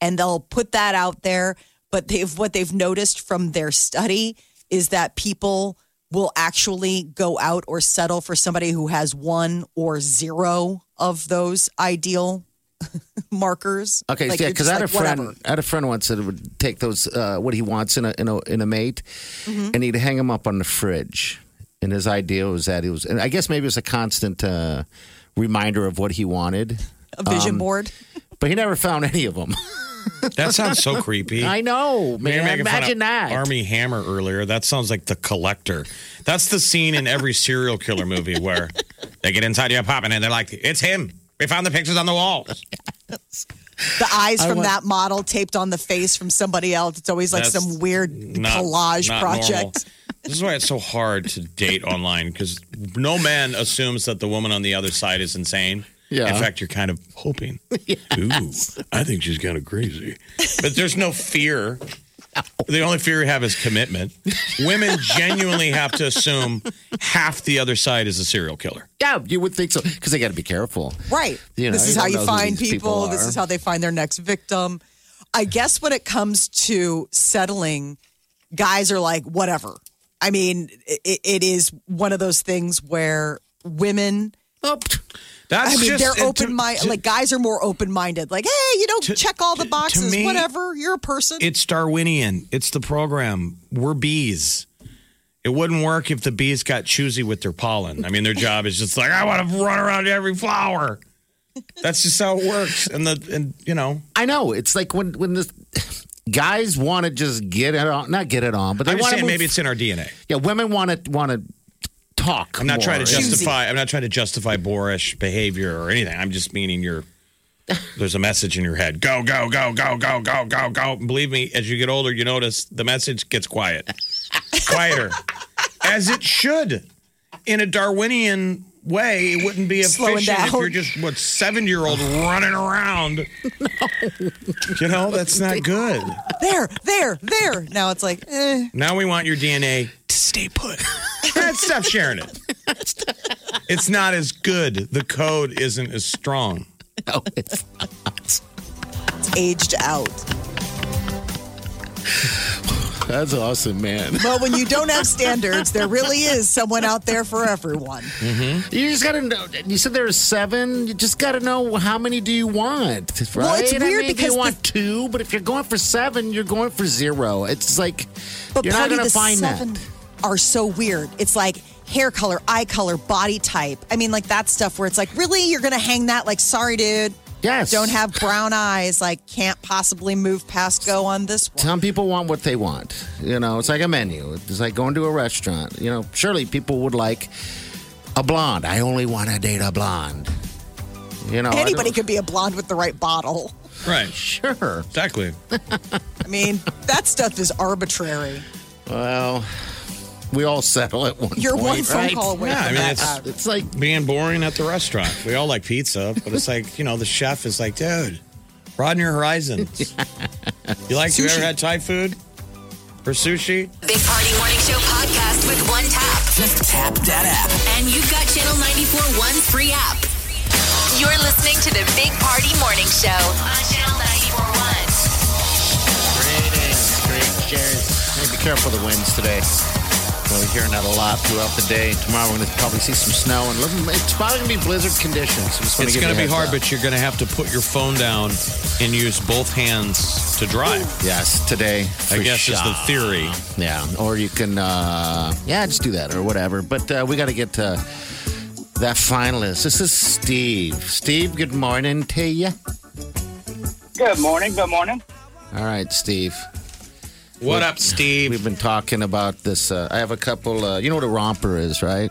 Speaker 4: and they'll put that out there. But they've what they've noticed from their study is that people will actually go out or settle for somebody who has one or zero of those ideal markers.
Speaker 5: Okay,
Speaker 4: Like,
Speaker 5: yeah,
Speaker 4: you're
Speaker 5: because
Speaker 4: just
Speaker 5: I had
Speaker 4: like,
Speaker 5: a friend.
Speaker 4: whatever.
Speaker 5: I had a friend once that would take those uh, what he wants in a in a in a mate,
Speaker 6: Mm-hmm.
Speaker 5: and he'd hang them up on the fridge. And his idea was that he was, and I guess maybe it was a constant uh, reminder of what he wanted.
Speaker 4: a vision board.
Speaker 5: But he never found any of them.
Speaker 6: That sounds so creepy.
Speaker 5: I know,
Speaker 6: We were
Speaker 5: man.
Speaker 6: making fun of
Speaker 5: Imagine that.
Speaker 6: Army Hammer earlier. That sounds like the collector. That's the scene in every serial killer movie where they get inside your apartment and they're like, "It's him. We found the pictures on the walls."
Speaker 4: The eyes from that model taped on the face from somebody else. It's always like
Speaker 6: That's
Speaker 4: some weird
Speaker 6: Not-
Speaker 4: collage
Speaker 6: not normal.
Speaker 4: project.
Speaker 6: This is why it's so hard to date online because no man assumes that the woman on the other side is insane.
Speaker 5: Yeah.
Speaker 6: In fact, you're kind of hoping. Ooh, I think she's kind of crazy. But there's no fear. The only fear you have is commitment. Women genuinely have to assume half the other side is a serial killer.
Speaker 5: Yeah, you would think so because they got to be careful.
Speaker 4: Right.
Speaker 5: You know,
Speaker 4: this
Speaker 5: you
Speaker 4: is how
Speaker 5: don't
Speaker 4: you
Speaker 5: know who
Speaker 4: find
Speaker 5: these
Speaker 4: people.
Speaker 5: people
Speaker 4: This is
Speaker 5: are.
Speaker 4: how they find their next victim. I guess when it comes to settling, guys are like, whatever. I mean, it, it is one of those things where women,
Speaker 5: Oh,
Speaker 4: I
Speaker 6: That's
Speaker 4: mean,
Speaker 6: just
Speaker 4: they're
Speaker 6: to-
Speaker 4: open minded.
Speaker 6: to-
Speaker 4: Like, guys are more open minded. Like, hey, you know, check all the
Speaker 6: to- to
Speaker 4: boxes,
Speaker 6: me,
Speaker 4: whatever. You're a person.
Speaker 6: It's Darwinian. It's the program. We're bees. It wouldn't work if the bees got choosy with their pollen. I mean, their job is just like I want to run around to every flower. That's just how it works. And the and you know,
Speaker 5: I know. It's like when when the guys want to just get it on, not get it on, but they
Speaker 6: I'm just
Speaker 5: want to.
Speaker 6: saying maybe it's in our DNA.
Speaker 5: yeah. Women want to want to talk.
Speaker 6: I'm not trying to
Speaker 5: just.
Speaker 6: justify. I'm not trying to justify boorish behavior or anything. I'm just meaning you're. There's a message in your head. Go, go, go, go, go, go, go, go. And Believe me, as you get older, you notice the message gets quiet, quieter, as it should. In a Darwinian way, it wouldn't be
Speaker 4: Slowing
Speaker 6: efficient if
Speaker 4: down.
Speaker 6: you're just what seven year old running around. You know that's not good.
Speaker 4: there, there, there. Now it's like, eh.
Speaker 6: Now we want your DNA to stay put. Stop sharing it. It's not as good. The code isn't as strong.
Speaker 5: No, it's not.
Speaker 4: aged out.
Speaker 5: That's awesome, man.
Speaker 4: But when you don't have standards, there really is someone out there for everyone.
Speaker 5: You just gotta know. You said there's seven. You just gotta know how many do you want, right?
Speaker 4: Well, it's
Speaker 5: I
Speaker 4: weird
Speaker 5: mean, if
Speaker 4: because
Speaker 5: you
Speaker 4: the-
Speaker 5: want two, but if you're going for seven, you're going for zero. It's like
Speaker 4: But
Speaker 5: you're not
Speaker 4: Party,
Speaker 5: gonna
Speaker 4: the
Speaker 5: find
Speaker 4: seven
Speaker 5: that.
Speaker 4: are so weird. It's like hair color, eye color, body type. I mean, like that stuff where it's like, really, you're gonna hang that? Like, sorry, dude.
Speaker 5: Yes.
Speaker 4: Don't have brown eyes. Like, can't possibly move past go on this one.
Speaker 5: Some people want what they want. You know, it's like a menu. It's like going to a restaurant. You know, surely people would like a blonde. I only want to date a blonde. You know, Oh, I
Speaker 4: Anybody
Speaker 5: don't-
Speaker 4: could be a blonde with the right bottle.
Speaker 6: Right.
Speaker 5: Sure.
Speaker 6: Exactly.
Speaker 4: I mean, that stuff is arbitrary.
Speaker 5: Well, we all settle at one
Speaker 4: You're
Speaker 5: point,
Speaker 4: one phone
Speaker 5: right?
Speaker 4: call away
Speaker 6: Yeah, I
Speaker 4: from
Speaker 6: mean,
Speaker 4: that.
Speaker 6: it's-
Speaker 4: uh,
Speaker 5: It's like
Speaker 6: Being boring at the restaurant. We all like pizza, but it's like, you know, the chef is like, dude, broaden your horizons. You like, you ever had Thai food or sushi?
Speaker 3: Big Party Morning Show podcast with one tap. Just tap that app. And you've got Channel 94 One's free app. You're listening to the Big Party Morning Show on Channel 94
Speaker 5: Greetings, great cheers. Hey, be careful of the winds today. Well, we're hearing that a lot throughout the day. Tomorrow we're going to probably see some snow and look, it's probably going to be blizzard conditions. Just wanna give
Speaker 6: It's
Speaker 5: you
Speaker 6: going
Speaker 5: a
Speaker 6: to be
Speaker 5: heads
Speaker 6: hard,
Speaker 5: up.
Speaker 6: but you're going to have to put your phone down and use both hands to drive.
Speaker 5: yes, today
Speaker 6: I
Speaker 5: for
Speaker 6: guess is the
Speaker 5: sure.
Speaker 6: theory.
Speaker 5: Yeah, or you can, uh, yeah, just do that or whatever. But uh, we got to get uh, that finalist. This is Steve. Steve, good morning to you.
Speaker 7: Good morning. Good morning.
Speaker 5: All right, Steve.
Speaker 6: What up, Steve?
Speaker 5: We've been talking about this. Uh, I have a couple. Uh, you know what a romper is, right?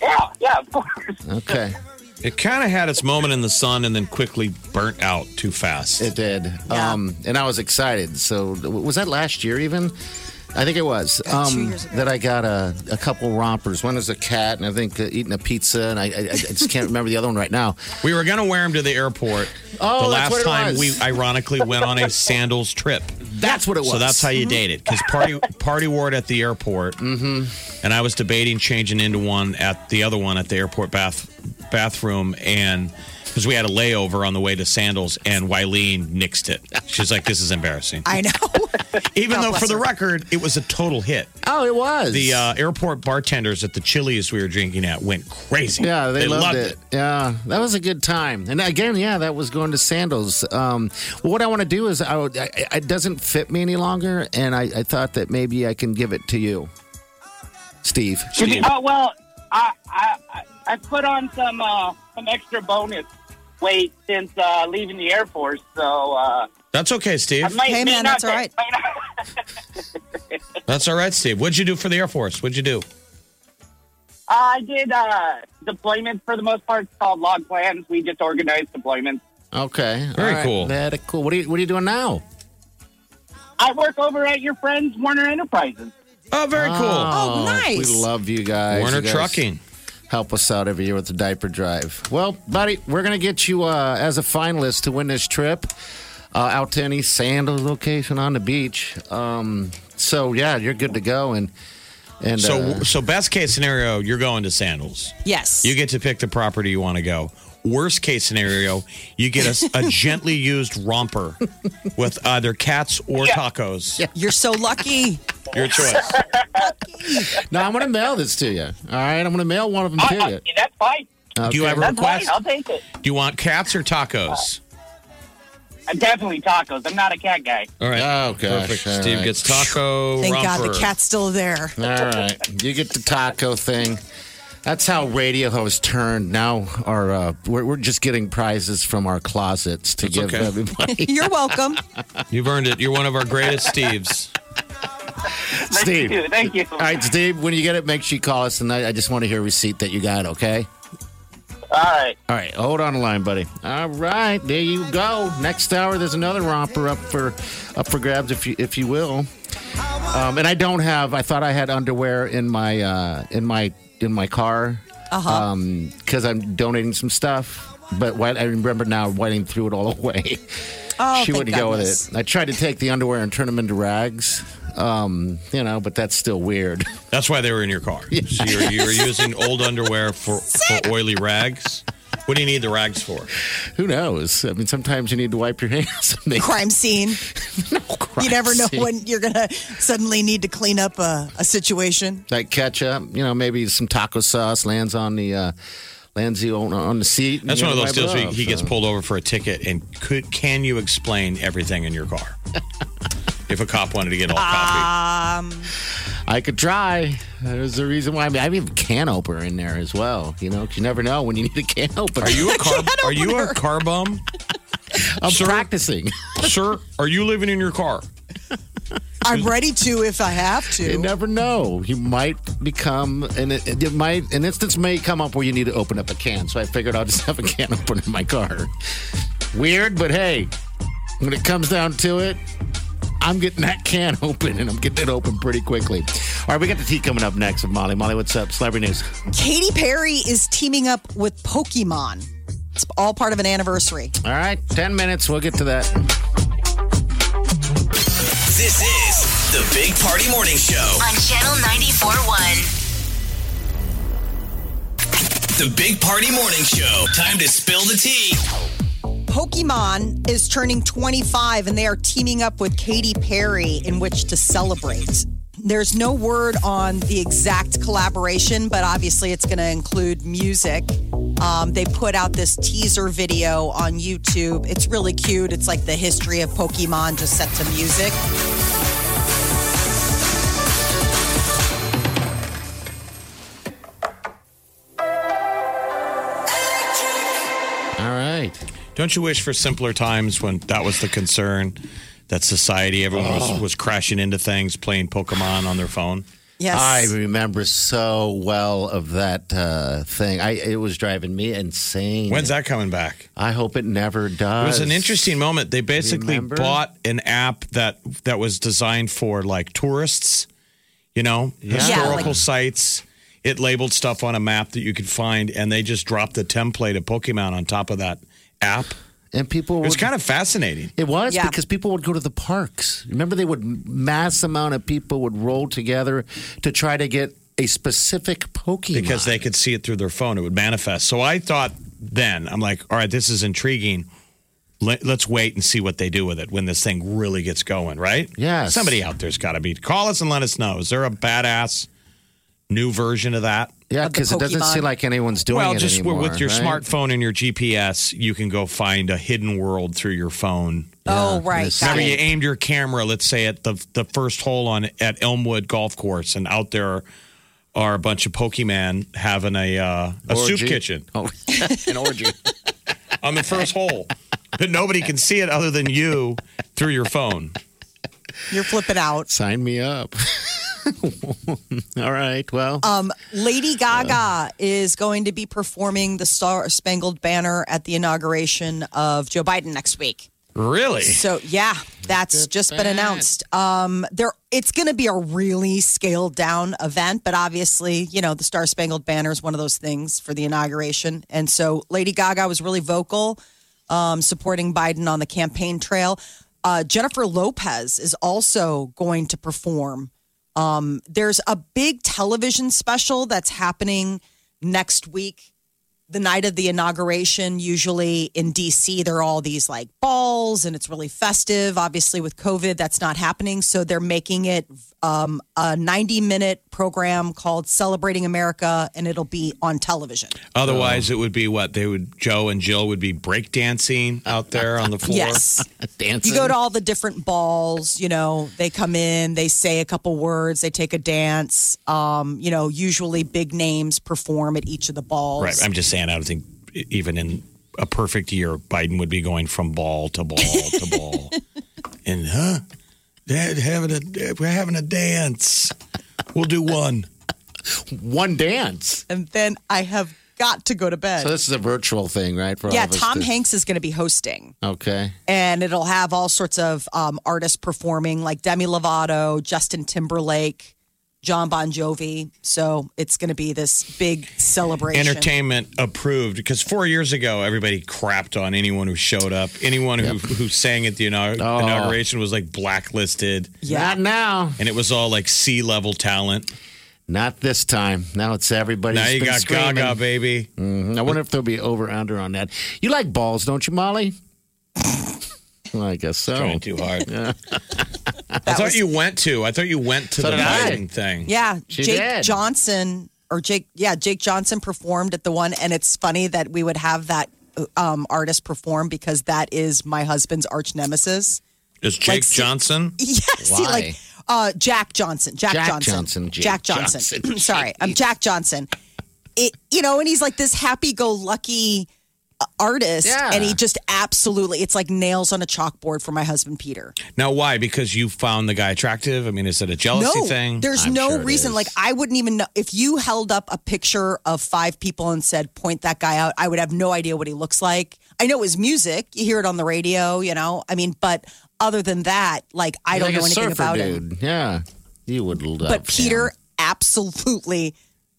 Speaker 7: Yeah, yeah, of course.
Speaker 5: Okay,
Speaker 6: It kind of had its moment in the sun and then quickly burnt out too fast.
Speaker 5: it did. Um, and I was excited. So was that last year even? I think it was um, that I got a, a couple rompers. One was a cat, and I think uh, eating a pizza, and I, I, I just can't remember the other one right now.
Speaker 6: We were going to wear him to the airport.
Speaker 5: Oh,
Speaker 6: the
Speaker 5: that's
Speaker 6: last
Speaker 5: what it
Speaker 6: time
Speaker 5: was.
Speaker 6: we ironically went on a sandals trip.
Speaker 5: That's what it was. Mm-hmm.
Speaker 6: So that's how you date it. Because party party wore it at the airport, mm-hmm. and I was debating changing into one at the other one at the airport bath bathroom, and because we had a layover on the way to Sandals, and Wileen nixed it. She's like, "This is embarrassing."
Speaker 4: I know.
Speaker 6: Even though,
Speaker 4: bless
Speaker 6: for the
Speaker 4: her.
Speaker 6: record, it was a total hit.
Speaker 5: Oh, it was
Speaker 6: The uh, airport bartenders at the Chili's we were drinking at went crazy.
Speaker 5: Yeah, they, loved, it. Yeah, that was a good time. And again, yeah, that was going to sandals. Um, what I want to do is, I, would- I, I- it doesn't fit me any longer, and I, I thought that maybe I can give it to you, Steve.
Speaker 7: Oh well, I I I- I put on some uh, some extra bonus weight since uh, leaving the Air Force, so uh,
Speaker 6: That's okay,
Speaker 7: I
Speaker 6: Steve.
Speaker 7: might,
Speaker 4: Hey,
Speaker 7: may
Speaker 4: man,
Speaker 7: not
Speaker 4: that's all
Speaker 7: take-
Speaker 4: right.
Speaker 7: may not-
Speaker 6: That's all right, Steve. What'd you do for the Air Force? What'd you do?
Speaker 7: I did uh, deployments for the most part. It's called log plans. We just organized deployments.
Speaker 5: Okay.
Speaker 6: Very
Speaker 5: All right.
Speaker 6: cool.
Speaker 5: Very cool. What are you What are you doing now?
Speaker 7: I work over at your friend's Warner Enterprises.
Speaker 6: Oh, very
Speaker 5: Ah.
Speaker 6: cool.
Speaker 4: Oh, nice.
Speaker 5: We love you guys.
Speaker 6: Warner
Speaker 5: You guys
Speaker 6: Trucking.
Speaker 5: Help us out every year with the diaper drive. Well, buddy, we're gonna get you uh, as a finalist to win this trip uh, out to any sand location on the beach. Um, so yeah, you're good to go. And and
Speaker 6: So,
Speaker 5: uh,
Speaker 6: so best case scenario, you're going to Sandals.
Speaker 4: Yes.
Speaker 6: You get to pick the property you want to go. Worst case scenario, you get a, a gently used romper with either cats or tacos.
Speaker 4: You're so lucky.
Speaker 6: Your choice.
Speaker 5: no, I'm gonna mail this to you. All right, I'm gonna mail one of them
Speaker 7: I,
Speaker 5: to
Speaker 7: I,
Speaker 5: you.
Speaker 7: that's fine.
Speaker 6: Do you have a
Speaker 7: That's
Speaker 6: request?
Speaker 7: fine. I'll take it.
Speaker 6: Do you want cats or tacos?
Speaker 7: I'm definitely tacos. I'm not a cat guy.
Speaker 6: All right.
Speaker 5: Oh, gosh.
Speaker 6: Perfect.
Speaker 5: All
Speaker 6: Steve
Speaker 5: right.
Speaker 6: gets taco
Speaker 4: Thank God
Speaker 6: romper.
Speaker 4: the cat's still there.
Speaker 5: All right, you get the taco thing. That's how radio hosts turned. Now, our uh, we're, we're just getting prizes from our closets to give
Speaker 6: okay.
Speaker 5: everybody.
Speaker 4: You're welcome.
Speaker 6: You've earned it. You're one of our greatest Steves.
Speaker 7: Thank
Speaker 5: Steve.
Speaker 7: you. Thank you.
Speaker 5: All right, Steve, when you get it, make sure you call us, and I, I just want to hear a receipt that you got, okay?
Speaker 7: All right.
Speaker 5: All right, hold on the line, buddy. All right, there you go. Next hour, there's another romper up for up for grabs, if you if you will. Um, and I don't have. I thought I had underwear in my uh, in my in my car
Speaker 4: Uh-huh.
Speaker 5: because I'm donating some stuff. But why, I remember now, Whiting threw it all
Speaker 4: oh,
Speaker 5: away. she
Speaker 4: thank
Speaker 5: wouldn't go with
Speaker 4: goodness.
Speaker 5: it. I tried to take the underwear and turn them into rags, um, you know, but that's still weird.
Speaker 6: That's why they were in your car. So you're, you're using old underwear for, for oily rags. What do you need the rags for?
Speaker 5: Who knows? I mean, sometimes you need to wipe your hands. and make-
Speaker 4: Crime scene.
Speaker 5: No crime
Speaker 4: You never know
Speaker 5: scene.
Speaker 4: when you're going to suddenly need to clean up a, a situation.
Speaker 5: Like ketchup, you know, maybe some taco sauce lands on the uh, lands you on, on the seat. and
Speaker 6: That's
Speaker 5: you
Speaker 6: one of
Speaker 5: gotta
Speaker 6: those
Speaker 5: wipe
Speaker 6: deals
Speaker 5: it
Speaker 6: where
Speaker 5: off,
Speaker 6: he gets
Speaker 5: so.
Speaker 6: pulled over for a ticket and could can you explain everything in your car? if a cop wanted to get all
Speaker 5: Ah.
Speaker 6: coffee.
Speaker 4: Um,
Speaker 5: I could try. There's a reason why. I mean, I have a can opener in there as well. You know, 'cause you never know when you need a can opener.
Speaker 6: Are you a car
Speaker 4: Can
Speaker 6: are you a
Speaker 4: opener.
Speaker 6: car bum?
Speaker 5: I'm
Speaker 6: sir?
Speaker 5: practicing.
Speaker 6: Sir, are you living in your car?
Speaker 4: I'm ready to if I have
Speaker 5: You
Speaker 4: to.
Speaker 5: never know. You might become and it, it might an instance may come up where you need to open up a can. So I figured I'll just have a can opener in my car. Weird, but hey, when it comes down to it, I'm getting that can open and I'm getting it open pretty quickly. All right, we got the tea coming up next with Molly. Molly, what's up? Celebrity news.
Speaker 4: Katy Perry is teaming up with Pokemon. It's all part of an anniversary.
Speaker 5: All right, ten minutes. We'll get to that.
Speaker 2: This is the Big Party Morning Show.
Speaker 3: On Channel 94.1.
Speaker 2: The Big Party Morning Show. Time to spill the tea.
Speaker 4: Pokemon is turning 25 and they are teaming up with Katy Perry in which to celebrate. There's no word on the exact collaboration, but obviously it's going to include music. Um, they put out this teaser video on YouTube. It's really cute. It's like the history of Pokemon just set to music.
Speaker 5: All right.
Speaker 6: Don't you wish for simpler times when that was the concern? That society, everyone
Speaker 5: Oh.
Speaker 6: was, was crashing into things, playing Pokemon on their phone.
Speaker 4: Yes.
Speaker 5: I remember so well of that uh, thing. I it was driving me insane.
Speaker 6: When's that coming back?
Speaker 5: I hope it never
Speaker 6: It
Speaker 5: does.
Speaker 6: was an interesting moment. They basically
Speaker 5: Remember?
Speaker 6: bought an app that that was designed for like tourists, you know, historical
Speaker 4: like-
Speaker 6: sites. It labeled stuff on a map that you could find, and they just dropped the template of Pokemon on top of that app.
Speaker 5: and people
Speaker 6: It was
Speaker 5: would-
Speaker 6: kind of fascinating.
Speaker 5: It was
Speaker 4: Yeah.
Speaker 5: because people would go to the parks. Remember, they would mass amount of people would roll together to try to get a specific Pokemon.
Speaker 6: because they could see it through their phone. It would manifest. So I thought then, I'm like, all right, this is intriguing. Let, let's wait and see what they do with it when this thing really gets going, right?
Speaker 5: Yes.
Speaker 6: Somebody out there's got to be. Call us and let us know. Is there a badass new version of that?
Speaker 5: yeah,
Speaker 4: Of the
Speaker 5: because it doesn't
Speaker 4: Pokemon.
Speaker 5: seem like anyone's doing
Speaker 6: well,
Speaker 5: it
Speaker 6: just w-
Speaker 5: anymore.
Speaker 6: with your
Speaker 5: right?
Speaker 6: smartphone and your GPS, you can go find a hidden world through your phone.
Speaker 4: oh, right.
Speaker 5: this-
Speaker 4: Got
Speaker 6: Remember, you
Speaker 4: it.
Speaker 6: aimed your camera, let's say, at the the first hole on at Elmwood Golf Course, and out there are a bunch of Pokemon having a uh, a soup
Speaker 5: Orgy.
Speaker 6: kitchen.
Speaker 5: Oh, an orgy.
Speaker 6: on the first hole, but nobody can see it other than you through your phone.
Speaker 4: You're flipping out.
Speaker 5: Sign me up. All right. Well,
Speaker 4: Um, Lady Gaga is going to be performing the Star Spangled Banner at the inauguration of Joe Biden next week.
Speaker 6: Really?
Speaker 4: So yeah, that's just been announced. Um, there, it's going to be a really scaled down event, but obviously, you know, the Star Spangled Banner is one of those things for the inauguration, and so Lady Gaga was really vocal, um, supporting Biden on the campaign trail. Uh, Jennifer Lopez is also going to perform. Um, there's a big television special that's happening next week the night of the inauguration, usually in DC, there are all these like balls and it's really festive. Obviously, with COVID, that's not happening. So they're making it um, a 90 minute program called Celebrating America, and it'll be on television.
Speaker 6: Otherwise, it would be what they would. Joe and Jill would be breakdancing out there on the floor.
Speaker 4: Yes.
Speaker 5: dancing.
Speaker 4: You go to all the different balls, you know, they come in, they say a couple words, they take a dance. Um, you know, usually big names perform at each of the balls.
Speaker 6: Right. I'm just saying. I don't think e, even in a perfect year, Biden would be going from ball to ball to ball. And huh? Dad, having a we're having a dance. We'll do one.
Speaker 5: one dance.
Speaker 4: And then I have got to go to bed.
Speaker 5: So this is a virtual thing, right? For
Speaker 4: yeah,
Speaker 5: all of us
Speaker 4: Tom
Speaker 5: to-
Speaker 4: Hanks is going to be hosting.
Speaker 5: Okay.
Speaker 4: and it'll have all sorts of um, artists performing, like Demi Lovato, Justin Timberlake, John Bon Jovi. So it's going to be this big celebration.
Speaker 6: Entertainment approved because four years ago everybody crapped on anyone who showed up. Anyone who, who sang at the inaug-
Speaker 5: Oh.
Speaker 6: inauguration was like blacklisted,
Speaker 5: Not now.
Speaker 6: and it was all like sea level talent.
Speaker 5: Not this time. Now it's everybody.
Speaker 6: now you
Speaker 5: been
Speaker 6: got
Speaker 5: screaming.
Speaker 6: Gaga, baby.
Speaker 5: I wonder if there'll be over under on that. You like balls, don't you, Molly? well, I guess so.
Speaker 6: Trying too hard. I thought you went to. I thought you went to
Speaker 5: So
Speaker 6: the
Speaker 5: did I.
Speaker 6: Biden thing.
Speaker 4: Yeah,
Speaker 5: She
Speaker 4: Jake
Speaker 5: did.
Speaker 4: Johnson or Jake, yeah, Jake Johnson performed at the one, and it's funny that we would have that um, artist perform because that is my husband's arch nemesis.
Speaker 6: Is Jake
Speaker 4: Like, see-
Speaker 6: Johnson?
Speaker 4: Yes, he
Speaker 5: Why?
Speaker 4: like uh, Jack Johnson. Jack,
Speaker 5: Jack
Speaker 4: Johnson.
Speaker 5: Johnson, Jake
Speaker 4: Jack Johnson.
Speaker 5: Johnson.
Speaker 4: Sorry, I'm Jack Johnson. It, you know, and he's like this happy-go-lucky uh, artist,
Speaker 5: Yeah.
Speaker 4: and he just absolutely—it's like nails on a chalkboard for my husband Peter.
Speaker 6: Now, why? Because you found the guy attractive? I mean, is it a jealousy
Speaker 4: no,
Speaker 6: thing?
Speaker 4: there's
Speaker 5: I'm
Speaker 4: no
Speaker 5: sure it
Speaker 4: reason.
Speaker 5: is.
Speaker 4: Like, I wouldn't even know if you held up a picture of five people and said, "Point that guy out." I would have no idea what he looks like. I know his music; you hear it on the radio. You know, I mean, but other than that, like, I don't
Speaker 5: like
Speaker 4: know
Speaker 5: a
Speaker 4: anything
Speaker 5: surfer
Speaker 4: about him.
Speaker 5: dude. Yeah. You would love
Speaker 4: but Peter absolutely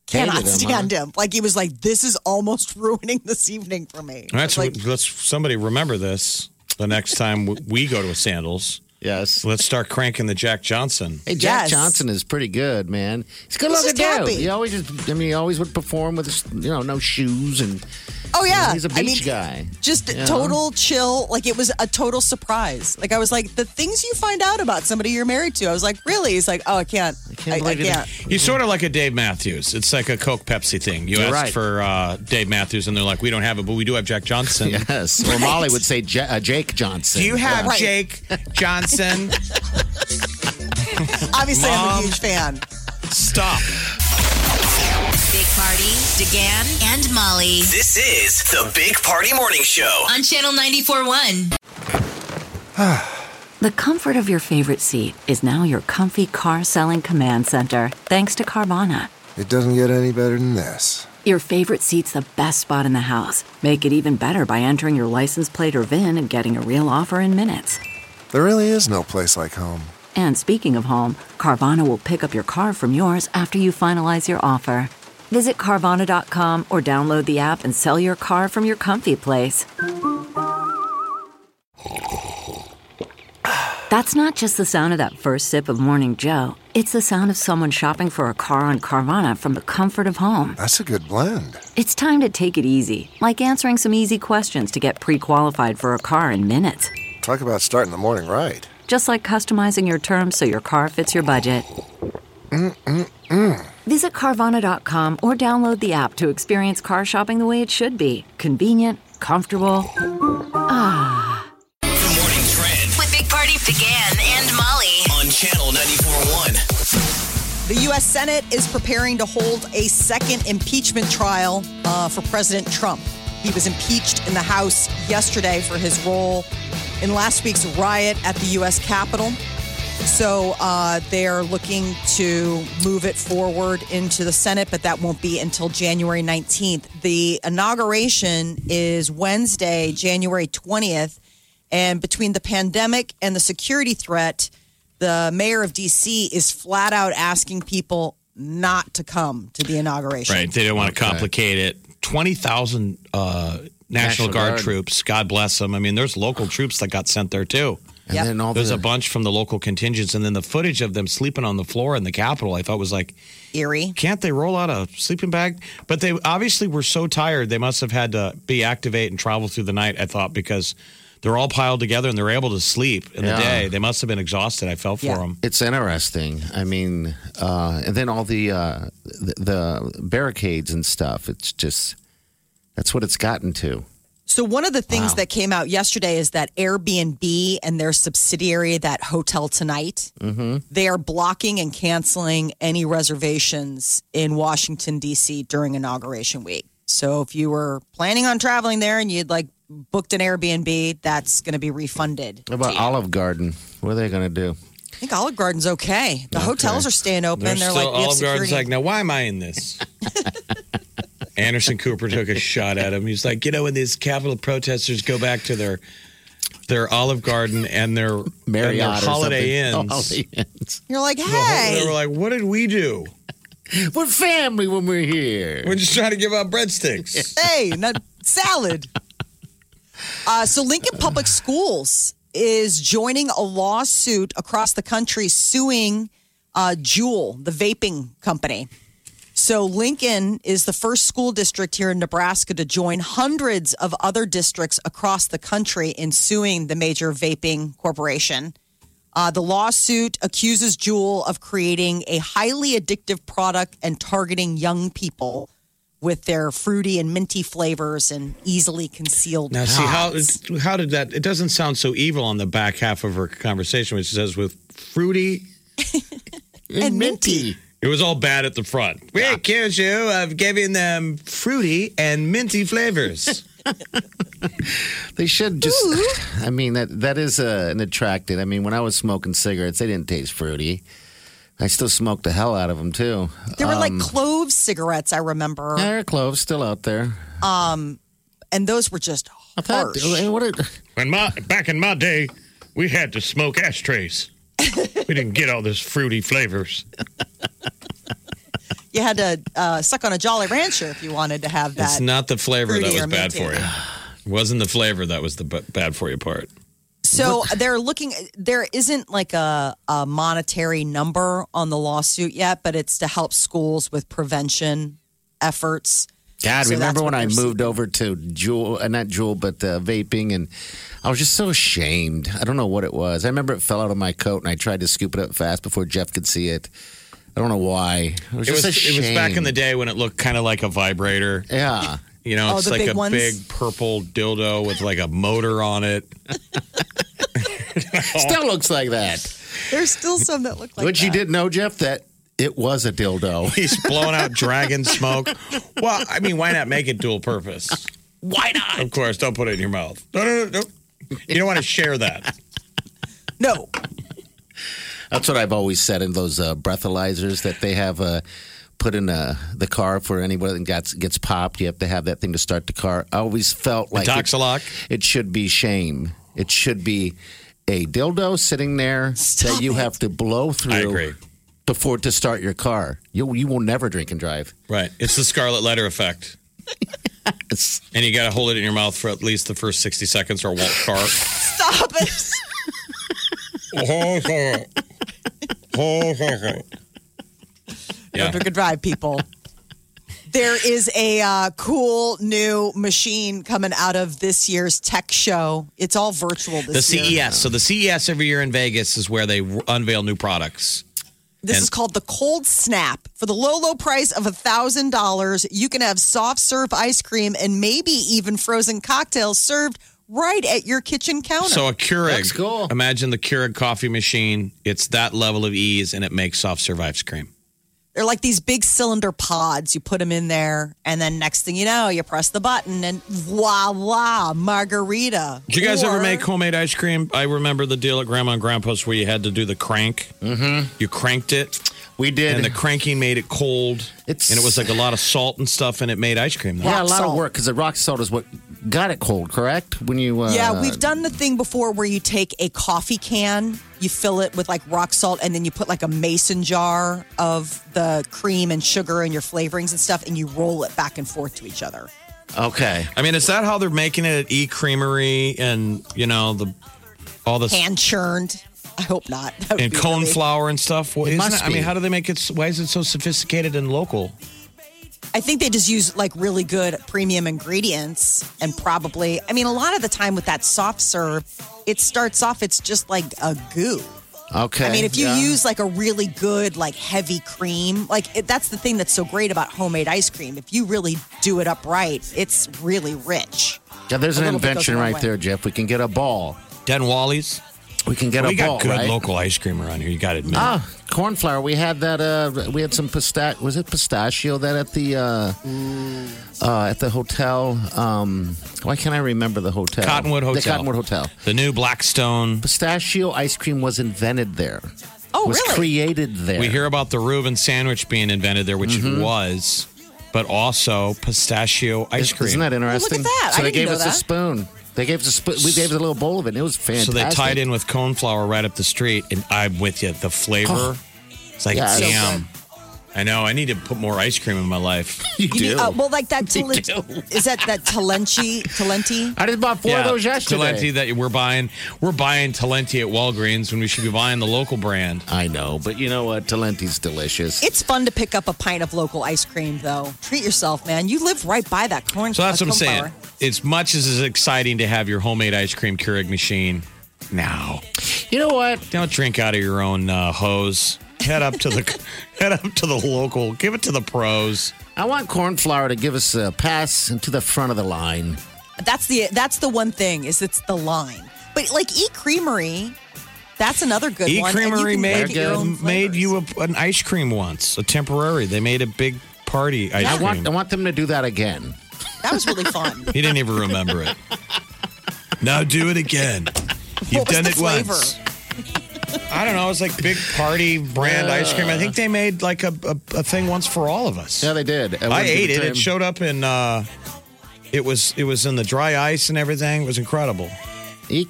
Speaker 4: cannot
Speaker 5: Hated him,
Speaker 4: stand him. Like he was like, "This is almost ruining this evening for me."
Speaker 6: That's
Speaker 4: like,
Speaker 6: what, let's somebody remember this the next time w- we go to a sandals.
Speaker 5: Yes.
Speaker 6: Let's start cranking the Jack Johnson.
Speaker 5: Hey, Jack
Speaker 4: Yes.
Speaker 5: Johnson is pretty good, man. He's a good
Speaker 4: He's just
Speaker 5: looking dude.
Speaker 4: happy.
Speaker 5: He always, just, I mean, he always would perform with, his, you know, no shoes and
Speaker 4: oh yeah,
Speaker 5: he's a
Speaker 4: I mean,
Speaker 5: beach guy.
Speaker 4: Just
Speaker 5: Yeah.
Speaker 4: total chill. Like it was a total surprise. Like I was like, the things you find out about somebody you're married to. I was like, really? He's like, oh, I can't. I
Speaker 5: can't
Speaker 4: I,
Speaker 5: believe it.
Speaker 4: can't.
Speaker 6: He's sort of like a Dave Matthews. It's like a Coke Pepsi thing. You
Speaker 5: You're
Speaker 6: asked
Speaker 5: right.
Speaker 6: for uh, Dave Matthews, and they're like, we don't have it, but we do have Jack Johnson.
Speaker 5: Yes. Or Molly would say Ja- uh, Jake Johnson.
Speaker 6: Do you have
Speaker 4: Right.
Speaker 6: Jake Johnson?
Speaker 4: Obviously, I'm a
Speaker 6: Mom.
Speaker 4: huge fan.
Speaker 6: Stop.
Speaker 3: Big Party, DeGan, and Molly
Speaker 2: This is the Big Party Morning Show.
Speaker 3: on Channel 94.1.
Speaker 8: The comfort of your favorite seat is now your comfy car selling command center, thanks to Carvana.
Speaker 9: It doesn't get any better than this.
Speaker 8: Your favorite seat's the best spot in the house. Make it even better by entering your license plate or VIN and getting a real offer in minutes.
Speaker 9: There really is no place like home.
Speaker 8: And speaking of home, Carvana will pick up your car from yours after you finalize your offer. Visit Carvana.com or download the app and sell your car from your comfy place. That's not just the sound of that first sip of Morning Joe, it's the sound of someone shopping for a car on Carvana from the comfort of home.
Speaker 9: That's a good blend.
Speaker 8: It's time to take it easy, like answering some easy questions to get pre qualified for a car in minutes.
Speaker 9: Talk about starting the morning right.
Speaker 8: just like customizing your terms so your car fits your budget. Visit Carvana.com or download the app to experience car shopping the way it should be convenient, comfortable.
Speaker 2: The morning trend
Speaker 3: With Big Party, DeGan, and Molly.
Speaker 2: on channel 94.1.
Speaker 4: The U.S. Senate is preparing to hold a second impeachment trial uh, for President Trump. He was impeached in the House yesterday for his role in last week's riot at the U.S. Capitol. So uh, they're looking to move it forward into the Senate, but that won't be until January 19th. The inauguration is Wednesday, January 20th. And between the pandemic and the security threat, the mayor of D.C. is flat out asking people not to come to the inauguration.
Speaker 6: Right. They didn't want to complicate it. 20,000 uh, National,
Speaker 5: National
Speaker 6: Guard,
Speaker 5: Guard.
Speaker 6: troops. God bless them. I mean, there's local troops that got sent there too.
Speaker 5: And
Speaker 4: Yep.
Speaker 5: then all
Speaker 6: There's
Speaker 5: the,
Speaker 6: a bunch from the local contingents. And then the footage of them sleeping on the floor in the Capitol, I thought was like,
Speaker 4: Erie.
Speaker 6: can't they roll out a sleeping bag? But they obviously were so tired, they must have had to be activate and travel through the night, I thought, because they're all piled together and they're able to sleep in
Speaker 5: Yeah.
Speaker 6: the day. They must have been exhausted. I felt for
Speaker 4: Yeah.
Speaker 6: them.
Speaker 5: It's interesting. I mean, uh, and then all the, uh, the the barricades and stuff. It's just that's what it's gotten to.
Speaker 4: So one of the things
Speaker 5: Wow.
Speaker 4: that came out yesterday is that Airbnb and their subsidiary, that Hotel Tonight,
Speaker 6: Mm-hmm.
Speaker 4: they are blocking and canceling any reservations in Washington D.C. during inauguration week. So if you were planning on traveling there and you'd like booked an Airbnb, that's going to be refunded.
Speaker 5: What about Olive Garden? What are they going to do?
Speaker 4: I think Olive Garden's okay. The hotels are staying open. They're, like we have
Speaker 6: Olive Garden's
Speaker 4: security.
Speaker 6: like, now why am I in this? Anderson Cooper took a shot at him. He's like, you know, when these Capitol protesters go back to their their Olive Garden and their, and their
Speaker 5: Marriott or
Speaker 6: Holiday
Speaker 5: something.
Speaker 6: Inns,
Speaker 5: Holiday Inns.
Speaker 4: You're like,
Speaker 6: the whole-
Speaker 4: hey,
Speaker 6: they were like, what did we do?
Speaker 5: We're family when we're here.
Speaker 6: We're just trying to give out breadsticks.
Speaker 4: hey, not salad. Uh, so Lincoln Public Schools is joining a lawsuit across the country suing uh, Juul, the vaping company. So Lincoln is the first school district here in Nebraska to join hundreds of other districts across the country in suing the major vaping corporation. Uh, the lawsuit accuses Juul of creating a highly addictive product and targeting young people with their fruity and minty flavors and easily concealed.
Speaker 6: Now, see how
Speaker 4: pods.
Speaker 6: how did that? It doesn't sound so evil on the back half of her conversation, which says with fruity.
Speaker 4: and minty.
Speaker 6: It was all bad at the front. We accuse you of giving them fruity and minty flavors.
Speaker 5: They should just. I mean that that is uh, an attractant. I mean, when I was smoking cigarettes, they didn't taste fruity. I still smoked the hell out of them too.
Speaker 4: There were
Speaker 6: um,
Speaker 4: like clove cigarettes, I remember,
Speaker 5: There are cloves still out there.
Speaker 4: and those were just
Speaker 5: I thought,
Speaker 4: harsh.
Speaker 5: what a-
Speaker 6: When my back in my day, we had to smoke ashtrays. we didn't get all those fruity flavors.
Speaker 4: You had to uh, suck on a Jolly Rancher if you wanted to have that.
Speaker 6: It's not the flavor that
Speaker 4: Fruity
Speaker 6: was
Speaker 4: or
Speaker 6: bad for
Speaker 4: minty.
Speaker 6: you. It wasn't the flavor that was the b- bad for you part.
Speaker 4: So they're looking. There isn't like a, a monetary number on the lawsuit yet, but it's to help schools with prevention efforts.
Speaker 5: God,
Speaker 4: So that's
Speaker 5: remember
Speaker 4: what
Speaker 5: when I
Speaker 4: they're
Speaker 5: moved over to Juul, uh, not Juul, but uh, vaping, and I was just so ashamed. I don't know what it was. I remember it fell out of my coat, and I tried to scoop it up fast before Jeff could see it. I don't know why. It was,
Speaker 6: It was,
Speaker 5: just
Speaker 6: it was back in the day when it looked kind of like a vibrator.
Speaker 5: Yeah.
Speaker 6: You know,
Speaker 4: Oh,
Speaker 6: it's
Speaker 4: the
Speaker 6: like
Speaker 4: big
Speaker 6: a
Speaker 4: ones?
Speaker 6: big purple dildo with like a motor on it.
Speaker 5: Still looks like that.
Speaker 4: There's still some that look like
Speaker 5: Which you didn't know, Jeff, that it was a dildo.
Speaker 6: He's blowing out dragon smoke. Well, I mean, why not make it dual purpose?
Speaker 5: why not?
Speaker 6: Of course, don't put it in your mouth. No, no, no, no. You don't want to share that.
Speaker 4: No,
Speaker 5: That's what I've always said in those uh, breathalyzers that they have uh, put in uh, the car for anybody that gets, gets popped. You have to have that thing to start the car. I always felt like it-
Speaker 6: Toxaloc.
Speaker 5: It should be shame. It should be a dildo sitting there that you have to blow through.
Speaker 6: I agree.
Speaker 5: Before to start your car, you you will never drink and drive.
Speaker 6: Right. It's the scarlet letter effect.
Speaker 5: It's,
Speaker 6: And you got to hold it in your mouth for at least the first 60 seconds or walk car.
Speaker 4: stop it.
Speaker 6: yeah.
Speaker 4: Don't drink and drive, people. There is a uh, cool new machine coming out of this year's tech show. It's all virtual
Speaker 6: The E
Speaker 4: this year.
Speaker 6: CES. So the CES every year in Vegas is where they unveil new products.
Speaker 4: This is called the Cold Snap. For the low, low price of $1,000, you can have soft serve ice cream and maybe even frozen cocktails served right at your kitchen counter.
Speaker 6: So a Keurig.
Speaker 5: That's cool.
Speaker 6: Imagine the Keurig coffee machine. It's that level of ease and it makes soft serve ice cream.
Speaker 4: They're like these big cylinder pods. You put them in there, and then next thing you know, you press the button, and voila, margarita.
Speaker 6: Did you guys ever
Speaker 4: Or-
Speaker 6: make homemade ice cream? I remember the deal at Grandma and Grandpa's where you had to do the crank. Mm-hmm. You cranked it,
Speaker 5: We did.
Speaker 6: and the cranking made it cold.
Speaker 5: It's-
Speaker 6: and it was like a lot of salt and stuff, and it made ice cream. Though.
Speaker 5: yeah, a
Speaker 4: rock
Speaker 5: lot of
Speaker 4: salt.
Speaker 5: work because the rock salt is what got it cold, correct? When you uh,
Speaker 4: Yeah, we've done the thing before where you take a coffee can, you fill it with like rock salt, and then you put like a mason jar of the cream and sugar and your flavorings and stuff, and you roll it back and forth to each other.
Speaker 5: Okay,
Speaker 6: I mean, is that how they're making it at E Creamery and you know the all this
Speaker 4: Hand churned. I hope not. That would
Speaker 6: and
Speaker 4: be
Speaker 6: cone
Speaker 4: really-
Speaker 6: flour and stuff? Well,
Speaker 5: It
Speaker 6: isn't
Speaker 5: must
Speaker 6: I mean,
Speaker 5: be.
Speaker 6: how do they make it? s- Why is it so sophisticated and local?
Speaker 4: I think they just use like really good premium ingredients and probably, I mean, a lot of the time with that soft serve, it starts off, it's just like a goo.
Speaker 5: okay.
Speaker 4: I mean, if you
Speaker 5: yeah.
Speaker 4: use like a really good, like heavy cream, like it, that's the thing that's so great about homemade ice cream. If you really do it upright, it's really rich.
Speaker 5: yeah, there's
Speaker 4: a
Speaker 5: an
Speaker 4: little bit goes a
Speaker 5: invention
Speaker 4: long
Speaker 5: right
Speaker 4: way.
Speaker 5: there, Jeff. We can get a ball.
Speaker 6: Den Wally's.
Speaker 5: We can get
Speaker 6: we
Speaker 5: a
Speaker 6: got
Speaker 5: ball,
Speaker 6: good
Speaker 5: right?
Speaker 6: local ice cream around here. You got to admit.
Speaker 5: Ah, corn flour. We had that. Uh, we had some pistach. Was it pistachio? That at the uh, uh, at the hotel. Um, why can't I remember the hotel?
Speaker 6: Cottonwood
Speaker 5: The
Speaker 6: Hotel.
Speaker 5: Cottonwood Hotel.
Speaker 6: The new Blackstone.
Speaker 5: Pistachio ice cream was invented there.
Speaker 4: Oh,
Speaker 5: was
Speaker 4: really?
Speaker 5: created there.
Speaker 6: We hear about the Reuben sandwich being invented there, which
Speaker 5: Mm-hmm.
Speaker 6: it was, but also pistachio ice cream.
Speaker 5: Isn't that interesting?
Speaker 4: that.
Speaker 5: So
Speaker 4: I
Speaker 5: they
Speaker 4: didn't
Speaker 5: gave
Speaker 4: know
Speaker 5: us a
Speaker 4: that.
Speaker 5: spoon. They gave us a spoon. We gave us a little bowl of it. and It was
Speaker 6: so
Speaker 5: fantastic.
Speaker 6: they tied in with cone flour right up the street, and I'm with you. The flavor, it's like
Speaker 5: Oh. Yeah, it's so
Speaker 6: damn. I know. I need to put more ice cream in my life.
Speaker 5: You
Speaker 4: You
Speaker 5: do.
Speaker 4: mean, uh, well, like that
Speaker 5: We
Speaker 4: talenti,
Speaker 5: do.
Speaker 4: is that that talenti, talenti?
Speaker 5: I just bought four of those yesterday.
Speaker 6: Talenti that we're buying. We're buying Talenti at Walgreens when we should be buying the local brand.
Speaker 5: I know, but you know what? Talenti's delicious.
Speaker 4: It's fun to pick up a pint of local ice cream, though. Treat yourself, man. You live right by that corn.
Speaker 6: So that's
Speaker 4: uh,
Speaker 6: what I'm
Speaker 4: corn
Speaker 6: saying.
Speaker 4: flour.
Speaker 6: As much as it's exciting to have your homemade ice cream Keurig machine, now
Speaker 5: you know what?
Speaker 6: Don't drink out of your own uh, hose. Head up to the head up to the local. Give it to the pros.
Speaker 5: I want corn flour to give us a pass into the front of the line.
Speaker 4: That's the that's the one thing is it's the line. But like E Creamery, that's another good
Speaker 6: E
Speaker 4: one. and you
Speaker 6: Creamery
Speaker 4: can
Speaker 6: made
Speaker 4: make it your own
Speaker 6: made
Speaker 4: flavors.
Speaker 6: you a, an ice cream once, a temporary. They made a big party ice
Speaker 5: I
Speaker 6: cream.
Speaker 5: want I want them to do that again.
Speaker 4: That was really fun.
Speaker 6: he didn't even remember it. Now do it again. You've
Speaker 4: What was
Speaker 6: done
Speaker 4: the
Speaker 6: it
Speaker 4: flavor?
Speaker 6: once. I don't know. It's like big party brand ice cream. I think they made like a, a, a thing once for all of us.
Speaker 5: Yeah, they did. At one
Speaker 6: I ate it.
Speaker 5: given
Speaker 6: It
Speaker 5: time.
Speaker 6: showed up in. Uh, it was it was in the dry ice and everything. It was incredible.
Speaker 5: Eat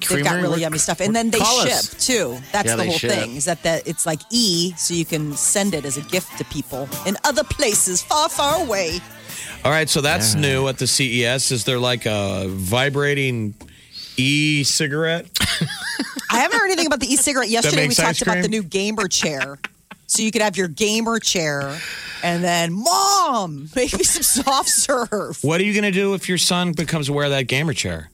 Speaker 4: They've
Speaker 5: creamery.
Speaker 4: got really
Speaker 5: we're-
Speaker 4: yummy stuff, and then they
Speaker 5: call
Speaker 4: ship
Speaker 5: us.
Speaker 4: too. That's
Speaker 5: Yeah,
Speaker 4: the
Speaker 5: they
Speaker 4: whole
Speaker 5: ship.
Speaker 4: thing. Is that that it's like E, so you can send it as a gift to people in other places far, far away.
Speaker 6: All right, so that's new at the CES. Is there like a vibrating e-cigarette?
Speaker 4: I haven't heard anything about the e-cigarette. Yesterday we
Speaker 6: makes ice
Speaker 4: talked about the new
Speaker 6: cream?
Speaker 4: gamer chair. So you could have your gamer chair and then mom, make me some soft serve.
Speaker 6: What are you going to do if your son becomes aware of that gamer chair?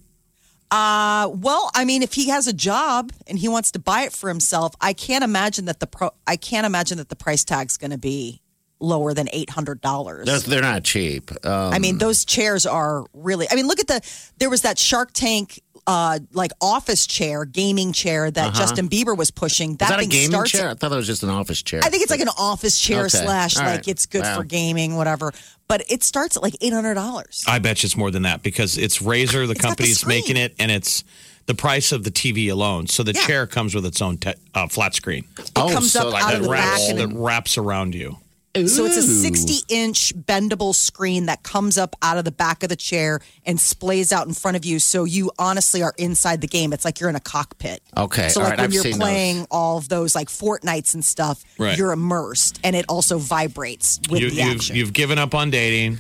Speaker 4: Uh, well, I mean, if he has a job and he wants to buy it for himself, I can't imagine that the pro I can't imagine that the price tag's going to be lower than eight hundred dollars.
Speaker 5: Those- They're not cheap. Um,
Speaker 4: I mean, those chairs are really. I mean, look at the. There was that Shark Tank, uh, like office chair, gaming chair that Justin Bieber was pushing. That,
Speaker 5: is Uh-huh. that
Speaker 4: thing
Speaker 5: a gaming
Speaker 4: starts.
Speaker 5: chair? I thought it was just an office chair.
Speaker 4: I think it's like an office chair
Speaker 5: Okay.
Speaker 4: slash
Speaker 5: All
Speaker 4: like
Speaker 5: right.
Speaker 4: it's good
Speaker 5: Wow.
Speaker 4: for gaming, whatever. But it starts at like eight hundred dollars.
Speaker 6: I bet you it's more than that because it's Razer, the
Speaker 4: It's got the
Speaker 6: company's
Speaker 4: screen.
Speaker 6: making it, and it's the price of the TV alone. So the chair comes with its own te- uh, flat screen
Speaker 5: oh,
Speaker 4: comes
Speaker 5: so
Speaker 4: up
Speaker 5: like
Speaker 4: out
Speaker 5: that
Speaker 4: of the back
Speaker 6: wraps,
Speaker 5: wraps
Speaker 4: and
Speaker 6: that
Speaker 4: then-
Speaker 6: wraps around you.
Speaker 4: So it's a
Speaker 5: Ooh.
Speaker 4: 60 inch bendable screen that comes up out of the back of the chair and splays out in front of you. So you honestly are inside the game. It's like you're in a cockpit.
Speaker 5: Okay,
Speaker 4: So,
Speaker 5: all
Speaker 4: like
Speaker 5: right,
Speaker 4: when
Speaker 5: I've
Speaker 4: you're
Speaker 5: seen those.
Speaker 4: playing all of those like Fortnites and stuff,
Speaker 6: Right.
Speaker 4: you're immersed and it also vibrates with
Speaker 6: you
Speaker 4: the
Speaker 6: you've,
Speaker 4: action.
Speaker 6: you've given up on dating.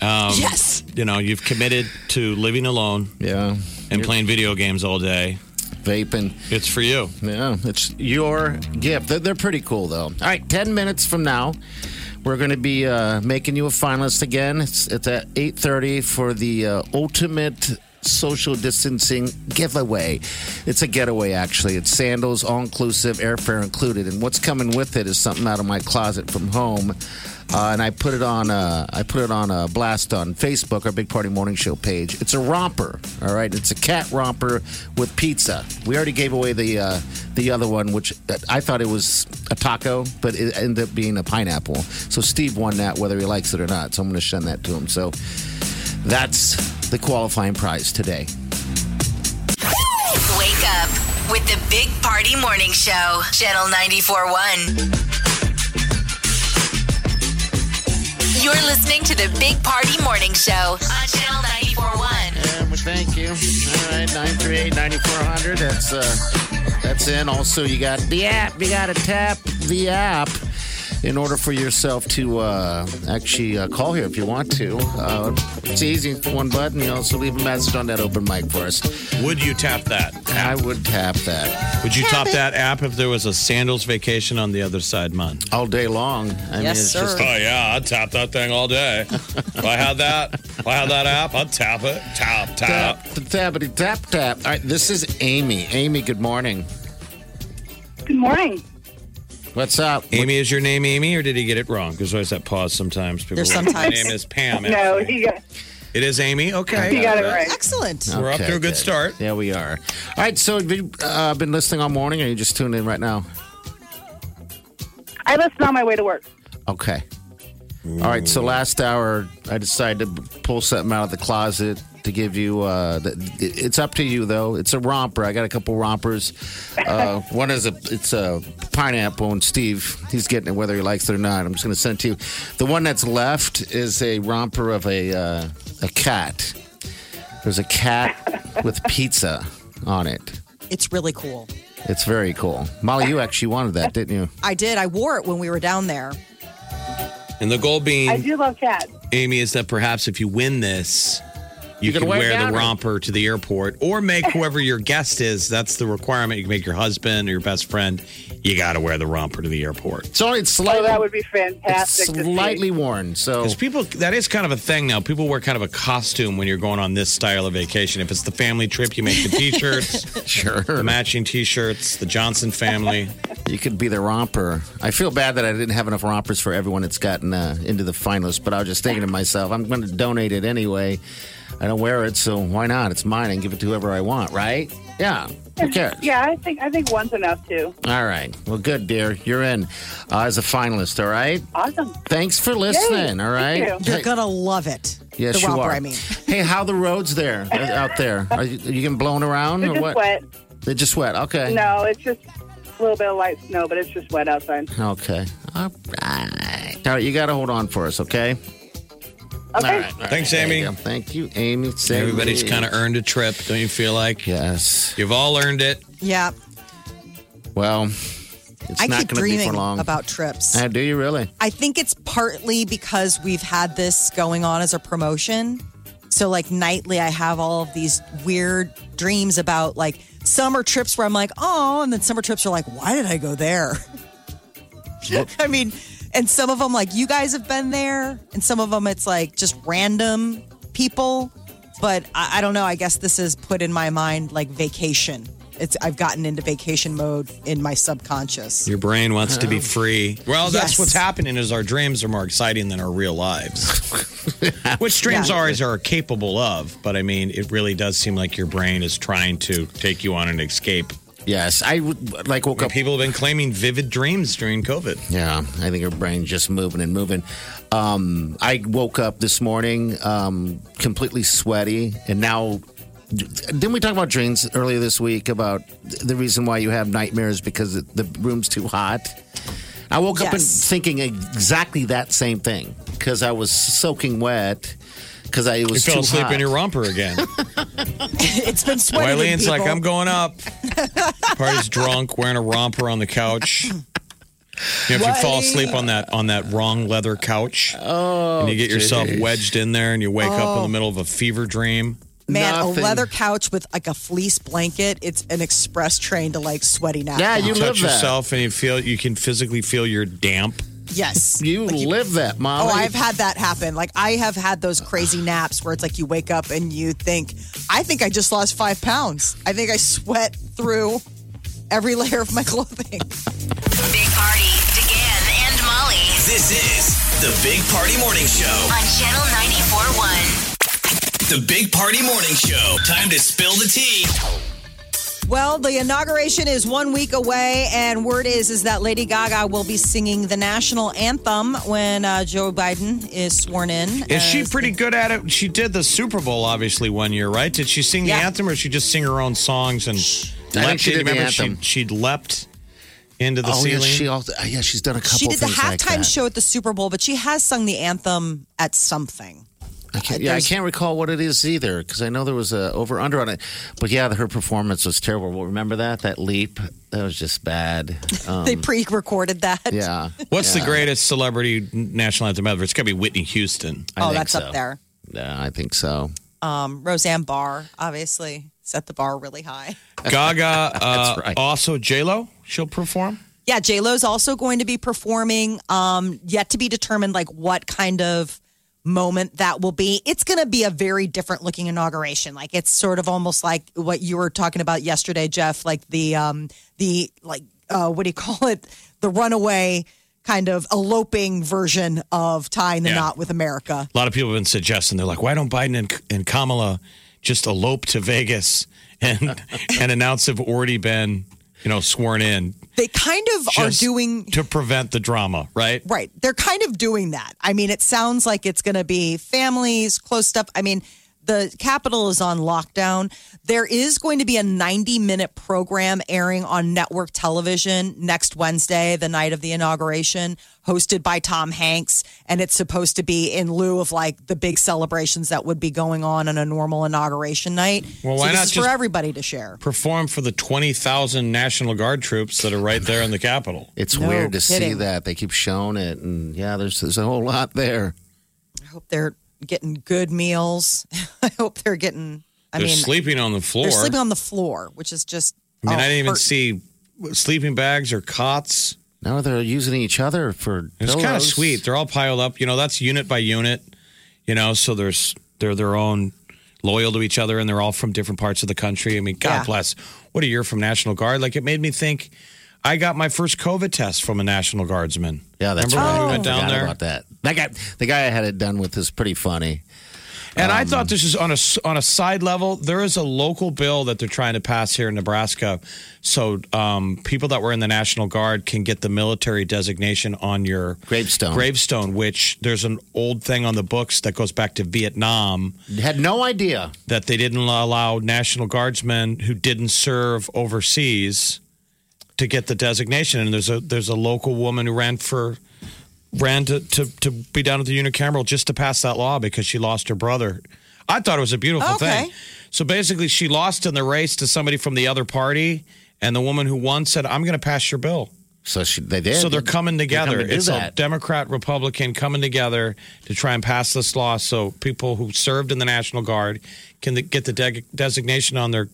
Speaker 4: yes.
Speaker 6: You know, you've committed to living alone
Speaker 5: Yeah,
Speaker 6: and playing video games all day.
Speaker 5: vaping.
Speaker 6: It's for you.
Speaker 5: Yeah, it's your gift. They're, they're pretty cool, though. All right, 10 minutes from now, we're going to be uh, making you a finalist again. It's, it's at 8.30 for the uh, ultimate social distancing giveaway. It's a getaway, actually. It's sandals, all inclusive, airfare included. And what's coming with it is something out of my closet from home. Uh, and I put it on. Uh, I put it on a blast on Facebook, our Big Party Morning Show page. It's a romper, all right. It's a cat romper with pizza. We already gave away the uh, the other one, which uh, I thought it was a taco, but it ended up being a pineapple. So Steve won that, whether he likes it or not. So I'm going to send that to him. So that's the qualifying prize today.
Speaker 3: Wake up with the Big Party Morning Show, Channel 941. You're listening to the Big Party Morning Show on Channel 941.
Speaker 5: Um, well, thank you. All right, 938 9400. That's, uh, that's in. Also, you got the app. You got to tap the app in order for yourself to uh, actually uh, call here if you want to. Uh, it's easy. One button. You also leave a message on that open mic for us.
Speaker 6: Would you tap that?
Speaker 5: I would tap that
Speaker 6: Would you top that app if there was a sandals vacation on the other side month?
Speaker 5: all day long. I mean,
Speaker 4: Yes,
Speaker 5: it's
Speaker 4: sir.
Speaker 5: just
Speaker 6: Oh yeah, I'd tap that thing all day. if I had that, if I had that app, I'd tap it. Tap,
Speaker 5: tap,
Speaker 6: tap.
Speaker 5: tap, tap, tap, tap. All right, this is Amy. Amy, good morning.
Speaker 10: Good morning.
Speaker 5: What's up?
Speaker 6: Amy, is your name Amy, or did he get it wrong? Because always that pause sometimes. People
Speaker 4: There's
Speaker 6: are like,
Speaker 4: sometimes-
Speaker 6: My name is Pam.
Speaker 10: No,
Speaker 6: actually."
Speaker 10: he got,
Speaker 6: it is Amy. Okay,
Speaker 10: he got it right.
Speaker 4: Excellent.
Speaker 6: We're off to a good start.
Speaker 5: Yeah, we are. All right, so have you uh, been listening all morning, or you just tuned in right now?
Speaker 10: I listen on my way to work.
Speaker 5: Okay. All right. So last hour, I decided to pull something out of the closet to give you. Uh, the, it's up to you though. It's a romper. I got a couple rompers. Uh, one is a it's a pineapple, and Steve he's getting it whether he likes it or not. I'm just going to send it to you. The one that's left is a romper of a uh, a cat. There's a cat with pizza on it.
Speaker 4: It's really cool.
Speaker 5: It's very cool. Molly, you actually wanted that, didn't you?
Speaker 4: I did. I wore it when we were down there.
Speaker 6: And the goal
Speaker 10: I
Speaker 6: being,
Speaker 10: do love cats.
Speaker 6: Amy, is that perhaps if you win this, you,
Speaker 5: can
Speaker 6: can
Speaker 5: wear it
Speaker 6: wear,
Speaker 5: down
Speaker 6: the
Speaker 5: or-
Speaker 6: romper to the airport, or make whoever your guest is. That's the requirement. You can make your husband or your best friend. You got to wear the romper to the airport.
Speaker 5: It's only it's
Speaker 10: Oh,
Speaker 5: slightly
Speaker 10: that would be
Speaker 5: it's
Speaker 10: fantastic. to see.
Speaker 5: slightly worn. So
Speaker 6: Because people, that is kind of a thing now. People wear kind of a costume when you're going on this style of vacation. If it's the family trip, you make the t-shirts,
Speaker 5: Sure.
Speaker 6: the matching t-shirts, the Johnson family.
Speaker 5: You could be the romper. I feel bad that I didn't have enough rompers for everyone that's gotten uh, into the finalists, but I was just thinking to myself, I'm going to donate it anyway. I don't wear it, so why not? It's mine. I can give it to whoever I want, right? Yeah. Who cares?
Speaker 10: Yeah, I think I think one's enough too.
Speaker 5: All right. Well, good, dear. You're in uh, as a finalist, all right?
Speaker 10: Awesome.
Speaker 5: Thanks for listening,
Speaker 10: Yay.
Speaker 5: all right?
Speaker 10: Thank
Speaker 4: You're
Speaker 5: Hey-
Speaker 4: gonna love it.
Speaker 5: yes,
Speaker 4: the
Speaker 5: you
Speaker 4: romper,
Speaker 5: are.
Speaker 4: I mean.
Speaker 5: Hey, how the roads there, uh, out there? Are you, are you getting blown around
Speaker 10: It's
Speaker 5: or
Speaker 10: just
Speaker 5: what?
Speaker 10: wet.
Speaker 5: They just wet. Okay.
Speaker 10: No, it's just a little bit of light snow, but it's just wet outside.
Speaker 5: Okay. All right. All right. You got to hold on for us, okay?
Speaker 10: Okay.
Speaker 5: All right, all right.
Speaker 6: Thanks,
Speaker 5: There
Speaker 6: Amy.
Speaker 5: you go. Thank you, Amy. Say
Speaker 6: Everybody's
Speaker 5: please.
Speaker 6: kind of earned a trip, don't you feel like?
Speaker 5: Yes.
Speaker 6: You've all earned it.
Speaker 4: Yeah.
Speaker 5: Well, it's
Speaker 4: I
Speaker 5: not
Speaker 4: keep
Speaker 5: going to be
Speaker 4: dreaming
Speaker 5: for long.
Speaker 4: about trips.
Speaker 5: Uh, do you really?
Speaker 4: I think it's partly because we've had this going on as a promotion. So like nightly I have all of these weird dreams about like summer trips where I'm like, "Oh," and then summer trips are like, "Why did I go there?" I mean, and some of them like you guys have been there, and some of them it's like just random people. But I, I don't know. I guess this has put in my mind like vacation. It's I've gotten into vacation mode in my subconscious.
Speaker 6: Your brain wants to be free. Well, that's
Speaker 4: Yes.
Speaker 6: what's happening is our dreams are more exciting than our real lives. Which dreams
Speaker 4: Yeah.
Speaker 6: always are capable of, but I mean, it really does seem like your brain is trying to take you on an escape.
Speaker 5: Yes. I would like woke up.
Speaker 6: People have been claiming vivid dreams during COVID.
Speaker 5: Yeah, I think her brain's just moving and moving. Um, I woke up this morning um, completely sweaty, and now. Didn't we talk about dreams earlier this week about the reason why you have nightmares because the room's too hot? I woke up and
Speaker 4: Yes.
Speaker 5: thinking exactly that same thing because I was soaking wet because I it
Speaker 6: You
Speaker 5: was
Speaker 6: fell
Speaker 5: too
Speaker 6: asleep
Speaker 5: hot.
Speaker 6: in your romper again.
Speaker 4: it's been sweating. in
Speaker 6: Wileen's like,
Speaker 4: people.
Speaker 6: I'm going up. Party's drunk, wearing a romper on the couch. You know, if you fall asleep on that on that wrong leather couch, and you get yourself
Speaker 5: geez.
Speaker 6: wedged in there, and you wake up in the middle of a fever dream.
Speaker 4: Man,
Speaker 5: Nothing.
Speaker 4: a leather couch with like a fleece blanket. It's an express train to like sweaty now.
Speaker 5: Yeah, you
Speaker 6: touch
Speaker 5: live that.
Speaker 6: yourself and you feel you can physically feel you're damp
Speaker 4: Yes.
Speaker 5: You
Speaker 4: Like
Speaker 5: live that, Molly.
Speaker 4: Oh, I've had that happen. Like I have had those crazy naps where it's like you wake up and you think, I think I just lost five pounds. I think I sweat through every layer of my clothing.
Speaker 3: Big Party, DeGan and Molly
Speaker 2: This is the Big Party Morning Show.
Speaker 3: on Channel 94.1.
Speaker 2: The Big Party Morning Show. Time to spill the tea.
Speaker 4: Well, the inauguration is one week away, and word is is that Lady Gaga will be singing the national anthem when uh, Joe Biden is sworn in.
Speaker 6: Is she
Speaker 4: as-
Speaker 6: pretty good at it? She did the Super Bowl, obviously, one year, right? Did she sing the
Speaker 4: Yeah.
Speaker 6: anthem or did she just sing her own songs and
Speaker 5: I
Speaker 6: leapt
Speaker 5: think she
Speaker 6: in?
Speaker 5: did the
Speaker 6: Remember,
Speaker 5: anthem.
Speaker 6: She, she leapt into the
Speaker 5: oh, yeah,
Speaker 6: ceiling?
Speaker 5: she also, yeah, she's done a couple
Speaker 4: She did the
Speaker 5: things like
Speaker 4: halftime
Speaker 5: that.
Speaker 4: show at the Super Bowl, but she has sung the anthem at something.
Speaker 5: I can't, yeah, I
Speaker 4: There's-
Speaker 5: can't recall what it is either because I know there was a over under on it, but yeah, her performance was terrible. Well, remember that that leap? That was just bad. Um,
Speaker 4: they pre-recorded that.
Speaker 5: yeah.
Speaker 6: What's
Speaker 5: Yeah,
Speaker 6: the greatest celebrity national anthem ever? It's got to be Whitney Houston.
Speaker 5: I
Speaker 4: oh,
Speaker 5: think
Speaker 4: that's
Speaker 5: so.
Speaker 4: up there.
Speaker 5: Yeah, I think so.
Speaker 4: Um, Roseanne Barr obviously set the bar really high.
Speaker 6: Gaga, uh,
Speaker 5: right.
Speaker 6: also J-Lo, she'll perform.
Speaker 4: Yeah, J Lo's also going to be performing. Um, yet to be determined, like what kind of moment that will be. It's going to be a very different looking inauguration. Like it's sort of almost like what you were talking about yesterday, Jeff. Like the um, the like uh, what do you call it? The runaway kind of eloping version of tying the
Speaker 6: Yeah.
Speaker 4: knot with America.
Speaker 6: A lot of people have been suggesting, they're like, why don't Biden and, and Kamala just elope to Vegas and, and announce they've already been, you know, sworn in?
Speaker 4: They kind of
Speaker 6: just
Speaker 4: are doing
Speaker 6: to prevent the drama, right?
Speaker 4: Right. They're kind of doing that. I mean, it sounds like it's going to be families, close stuff. I mean, the capital is on lockdown. There is going to be a 90 minute program airing on network television next Wednesday, the night of the inauguration, hosted by Tom Hanks. And it's supposed to be in lieu of like the big celebrations that would be going on on a normal inauguration night.
Speaker 6: Well,
Speaker 4: So
Speaker 6: why
Speaker 4: this
Speaker 6: not
Speaker 4: is
Speaker 6: just-
Speaker 4: for everybody to share?
Speaker 6: Perform for the 20,000 National Guard troops that are right there in the Capitol.
Speaker 5: It's
Speaker 4: No
Speaker 5: weird to see
Speaker 4: kidding.
Speaker 5: that they keep showing it, and yeah, there's there's a whole lot there.
Speaker 4: I hope they're getting good meals. I hope they're getting. I
Speaker 6: They're
Speaker 4: mean,
Speaker 6: sleeping on the floor.
Speaker 4: They're sleeping on the floor, which is just.
Speaker 6: I mean,
Speaker 4: oh,
Speaker 6: I didn't even
Speaker 4: hurt.
Speaker 6: see sleeping bags or cots.
Speaker 5: No, they're using each other for.
Speaker 6: It's kind of
Speaker 5: pillows.
Speaker 6: sweet. They're all piled up. You know, that's unit by unit. You know, so there's they're their own loyal to each other, and they're all from different parts of the country. I mean, God
Speaker 4: Yeah.
Speaker 6: bless. What a year from National Guard! Like it made me think. I got my first COVID test from a National Guardsman.
Speaker 5: Yeah, that's
Speaker 6: Remember
Speaker 5: right.
Speaker 6: when we
Speaker 5: I
Speaker 6: went down
Speaker 5: forgot
Speaker 6: there?
Speaker 5: about that. That guy, the guy I had it done with is pretty funny.
Speaker 6: And
Speaker 5: Um,
Speaker 6: I thought this is on a on a side level. There is a local bill that they're trying to pass here in Nebraska, so um, people that were in the National Guard can get the military designation on your
Speaker 5: Gravestone.
Speaker 6: Gravestone, which there's an old thing on the books that goes back to Vietnam
Speaker 5: Had no idea.
Speaker 6: that they didn't allow National Guardsmen who didn't serve overseas to get the designation. And there's a there's a local woman who ran for ran to to, to be down at the unicameral just to pass that law because she lost her brother. I thought it was a beautiful
Speaker 4: Okay.
Speaker 6: thing. So basically, she lost in the race to somebody from the other party, and the woman who won said, "I'm going to pass your bill."
Speaker 5: So she, they did.
Speaker 6: So they're coming together.
Speaker 5: to do
Speaker 6: it's a
Speaker 5: that.
Speaker 6: Democrat Republican coming together to try and pass this law so people who served in the National Guard can get the de- designation on their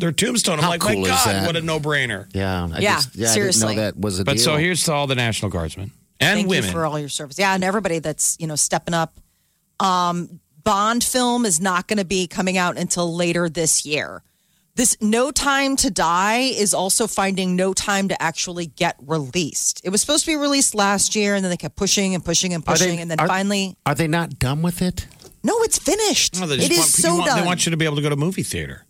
Speaker 6: their tombstone. I'm
Speaker 5: How
Speaker 6: like,
Speaker 5: cool
Speaker 6: my
Speaker 5: is
Speaker 6: God,
Speaker 5: that?"
Speaker 6: what a no brainer.
Speaker 5: yeah, I
Speaker 4: Yeah,
Speaker 5: just, yeah, I
Speaker 4: seriously.
Speaker 5: didn't know that was a
Speaker 6: But
Speaker 5: deal.
Speaker 6: so here's to all the National Guardsmen and
Speaker 4: Thank
Speaker 6: women.
Speaker 4: you for all your service. Yeah, and everybody that's you know stepping up. Um, Bond film is not going to be coming out until later this year. This No Time to Die is also finding no time to actually get released. It was supposed to be released last year, and then they kept pushing and pushing and
Speaker 5: Are
Speaker 4: pushing,
Speaker 5: they-
Speaker 4: and then
Speaker 5: are-
Speaker 4: finally,
Speaker 5: are they not done with it?
Speaker 4: no, it's finished.
Speaker 6: No, they
Speaker 4: it
Speaker 6: just
Speaker 4: is
Speaker 6: want- you
Speaker 4: so
Speaker 6: want-
Speaker 4: done.
Speaker 6: They want you to be able to go to movie theater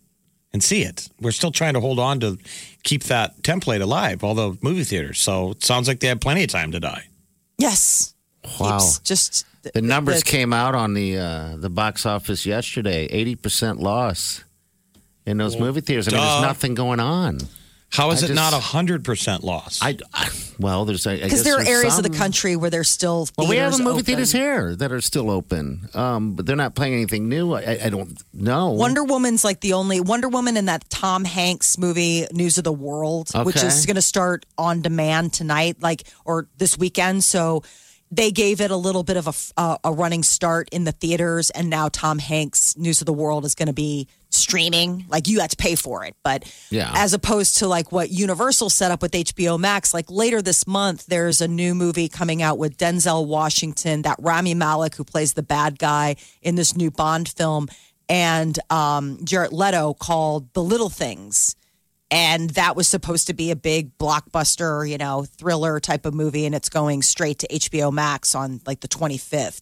Speaker 6: and see it. We're still trying to hold on to keep that template alive, all the movie theaters. So it sounds like they had plenty of time to die.
Speaker 4: yes.
Speaker 5: Wow.
Speaker 4: Keeps just
Speaker 5: The numbers
Speaker 4: the-
Speaker 5: came out on the uh, the box office yesterday. Eighty percent loss in those movie theaters. I mean,
Speaker 6: duh.
Speaker 5: there's nothing going on.
Speaker 6: How is
Speaker 5: I
Speaker 6: it not
Speaker 5: just-
Speaker 6: not 100% loss?
Speaker 5: I, I well, there's
Speaker 4: because
Speaker 5: because
Speaker 4: there are areas of the country where there's still
Speaker 5: Well, we have
Speaker 4: theaters
Speaker 5: movie
Speaker 4: open.
Speaker 5: theaters here that are still open, um, but they're not playing anything new. I, I- I don't know.
Speaker 4: Wonder Woman's like the only Wonder Woman in that Tom Hanks movie News of the World, which
Speaker 5: Okay.
Speaker 4: is going to start on demand tonight, like or this weekend. So they gave it a little bit of a, f- uh, a running start in the theaters, and now Tom Hanks' News of the World is going to be streaming. Like you have to pay for it, but
Speaker 5: Yeah.
Speaker 4: as opposed to like what Universal set up with HBO Max. Like later this month, there's a new movie coming out with Denzel Washington, that Rami Malek who plays the bad guy in this new Bond film, and um, Jared Leto called The Little Things and that was supposed to be a big blockbuster, you know, thriller type of movie, and it's going straight to HBO Max on like the 25th.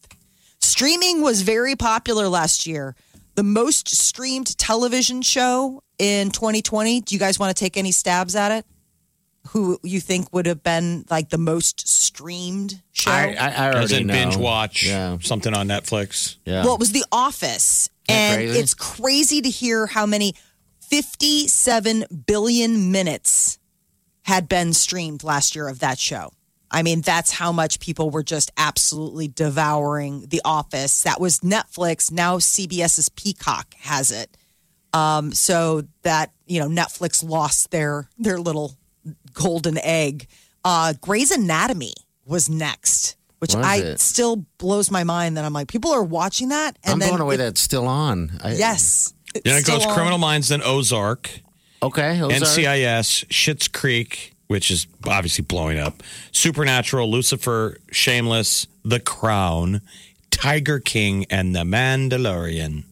Speaker 4: Streaming was very popular last year. The most streamed television show in 2020. Do you guys want to take any stabs at it? Who you think would have been like the most streamed show?
Speaker 5: I, I, I
Speaker 6: As
Speaker 5: already
Speaker 6: in
Speaker 5: know.
Speaker 6: binge watch
Speaker 5: Yeah.
Speaker 6: something on Netflix.
Speaker 5: Yeah.
Speaker 4: Well, it was The Office.
Speaker 5: Isn't
Speaker 4: And
Speaker 5: that crazy?
Speaker 4: it's crazy to hear how many 57 billion minutes had been streamed last year of that show. I mean, that's how much people were just absolutely devouring The Office. That was Netflix. Now CBS's Peacock has it. Um, so that, you know, Netflix lost their their little golden egg. Uh, Grey's Anatomy was next, which
Speaker 5: Was
Speaker 4: I
Speaker 5: it?
Speaker 4: still blows my mind that I'm like, people are watching that. And
Speaker 5: I'm
Speaker 4: then
Speaker 5: blown away
Speaker 4: it-
Speaker 5: that's still on. I,
Speaker 4: yes, it's
Speaker 6: Then it
Speaker 4: still
Speaker 6: goes
Speaker 4: on.
Speaker 6: Criminal Minds, then Ozark,
Speaker 5: Okay. Those are,
Speaker 6: NCIS, Schitt's Creek, which is obviously blowing up, Supernatural, Lucifer, Shameless, The Crown, Tiger King, and The Mandalorian.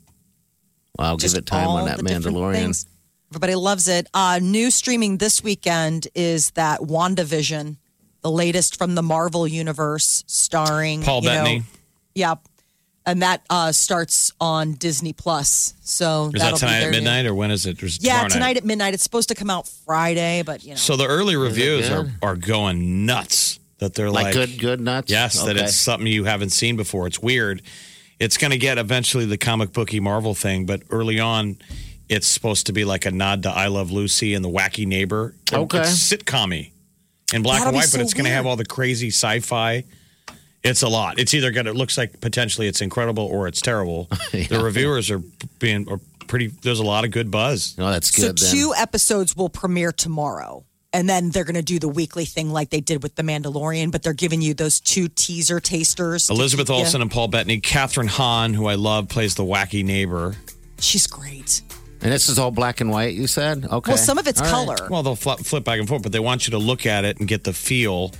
Speaker 5: well, I'll give
Speaker 4: Just
Speaker 5: it time
Speaker 4: all
Speaker 5: on that
Speaker 4: the different
Speaker 5: Mandalorian.
Speaker 4: things. Everybody loves it. Uh, new streaming this weekend is that WandaVision, the latest from the Marvel universe, starring
Speaker 6: Paul
Speaker 4: you know-
Speaker 6: Bettany.
Speaker 4: yep, and that uh, starts on Disney Plus. So
Speaker 6: Is
Speaker 4: that'll
Speaker 6: that tonight
Speaker 4: be
Speaker 6: at
Speaker 4: their new-
Speaker 6: midnight or when is it? There's
Speaker 4: Yeah,
Speaker 6: tomorrow
Speaker 4: tonight at midnight. It's supposed to come out Friday, but you know.
Speaker 6: So the early reviews are,
Speaker 5: good?
Speaker 6: are going nuts. That they're
Speaker 5: Like,
Speaker 6: like,
Speaker 5: good, good nuts.
Speaker 6: yes, that
Speaker 5: Okay.
Speaker 6: it's something you haven't seen before. It's weird. It's going to get eventually the comic booky Marvel thing, but early on, it's supposed to be like a nod to I Love Lucy and the Wacky Neighbor.
Speaker 5: Okay.
Speaker 6: it's sitcom-y in black
Speaker 4: That'll
Speaker 6: and
Speaker 4: be
Speaker 6: white,
Speaker 4: so
Speaker 6: but it's going to
Speaker 4: weird.
Speaker 6: have all the crazy sci-fi. It's a lot. It's either going to it looks like potentially it's incredible or it's terrible. The reviewers are being are pretty. There's a lot of good buzz.
Speaker 5: No, that's
Speaker 4: So
Speaker 5: good. then.
Speaker 4: two episodes will premiere tomorrow. And then they're going to do the weekly thing like they did with The Mandalorian, but they're giving you those two teaser tasters. to
Speaker 6: Elizabeth
Speaker 4: keep you-
Speaker 6: Olsen and Paul Bettany. Catherine Hahn, who I love, plays the wacky neighbor.
Speaker 4: She's great.
Speaker 5: And this is all black and white, you said? Okay.
Speaker 4: Well, some of it's
Speaker 5: All right.
Speaker 4: color.
Speaker 6: Well, they'll flip, flip back and forth, but they want you to look at it and get the feel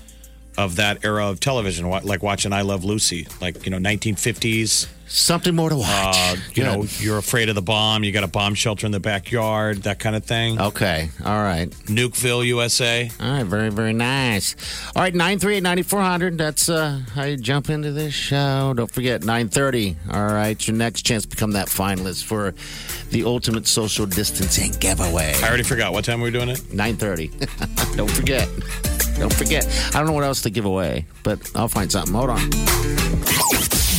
Speaker 6: of that era of television, wa- like watching I Love Lucy, like, you know, 1950s.
Speaker 5: Something more to watch.
Speaker 6: Uh,
Speaker 5: Good.
Speaker 6: you know, you're afraid of the bomb. You got a bomb shelter in the backyard, that kind of thing.
Speaker 5: Okay. All right.
Speaker 6: Nukeville, USA.
Speaker 5: All right. Very, very nice. All right. 938 9400. That's uh, how you jump into this show. Don't forget, 930. All right. Your next chance to become that finalist for the ultimate social distancing giveaway.
Speaker 6: I already forgot what time we were doing it.
Speaker 5: 930. Don't forget. Don't forget. I don't know what else to give away, but I'll find something. Hold on.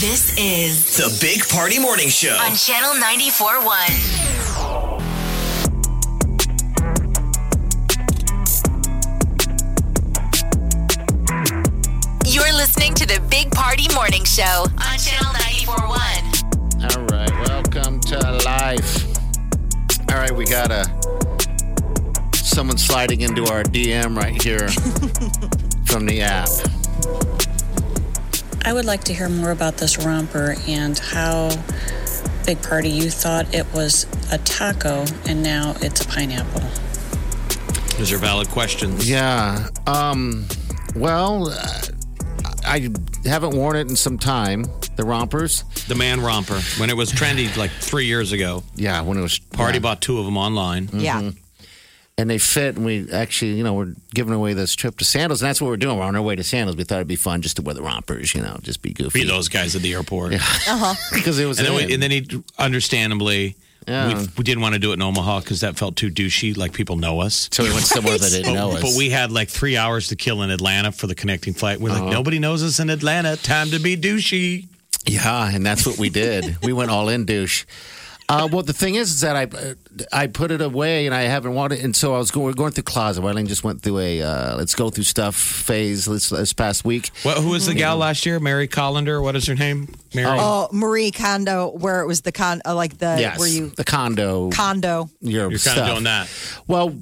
Speaker 3: This is
Speaker 2: The Big Party Morning Show.
Speaker 3: on Channel 94.1. You're listening to the Big Party Morning Show on Channel 94.1.
Speaker 5: All right, welcome to life. All right, we got a someone sliding into our DM right here from the app.
Speaker 11: I would like to hear more about this romper and how big party you thought it was a taco and now it's a pineapple.
Speaker 6: Those are valid questions.
Speaker 5: Yeah. Um. Well, uh, I haven't worn it in some time. The rompers.
Speaker 6: The man romper, when it was trendy like three years ago,
Speaker 5: Yeah, when it was
Speaker 6: Party
Speaker 5: yeah. Mm.
Speaker 6: bought two of them online.
Speaker 4: Yeah.
Speaker 5: mm-hmm. and they fit. And we actually, you know, we're giving away this trip to Sandals, and that's what we're doing. We're on our way to Sandals. We thought it'd be fun just to wear the rompers. You know, just be goofy.
Speaker 6: Be those guys at the airport.
Speaker 5: because it was.
Speaker 6: And then,
Speaker 5: in.
Speaker 6: we, and then he, understandably,
Speaker 5: Yeah.
Speaker 6: we, we didn't want to do it in Omaha because that felt too douchey, like people know us.
Speaker 5: so we went somewhere that didn't know us.
Speaker 6: But we had like three hours to kill in Atlanta for the connecting flight. We're
Speaker 5: Uh-huh.
Speaker 6: like, nobody knows us in Atlanta. Time to be douchey.
Speaker 5: Yeah, and that's what we did. we went all in douche. Uh, well, the thing is, is that I uh, I put it away and I haven't wanted. And so I was going going through closet. Wileen just went through a uh, let's go through stuff phase this, this past week.
Speaker 6: Well, who was the gal last year? Mary Collender. What is her name? Mary.
Speaker 4: Oh, Marie Kondo, where it was the con, uh, like the
Speaker 5: yes,
Speaker 4: where you
Speaker 5: the condo.
Speaker 4: condo.
Speaker 5: your
Speaker 6: You're
Speaker 5: stuff.
Speaker 6: kind of doing that.
Speaker 5: Well,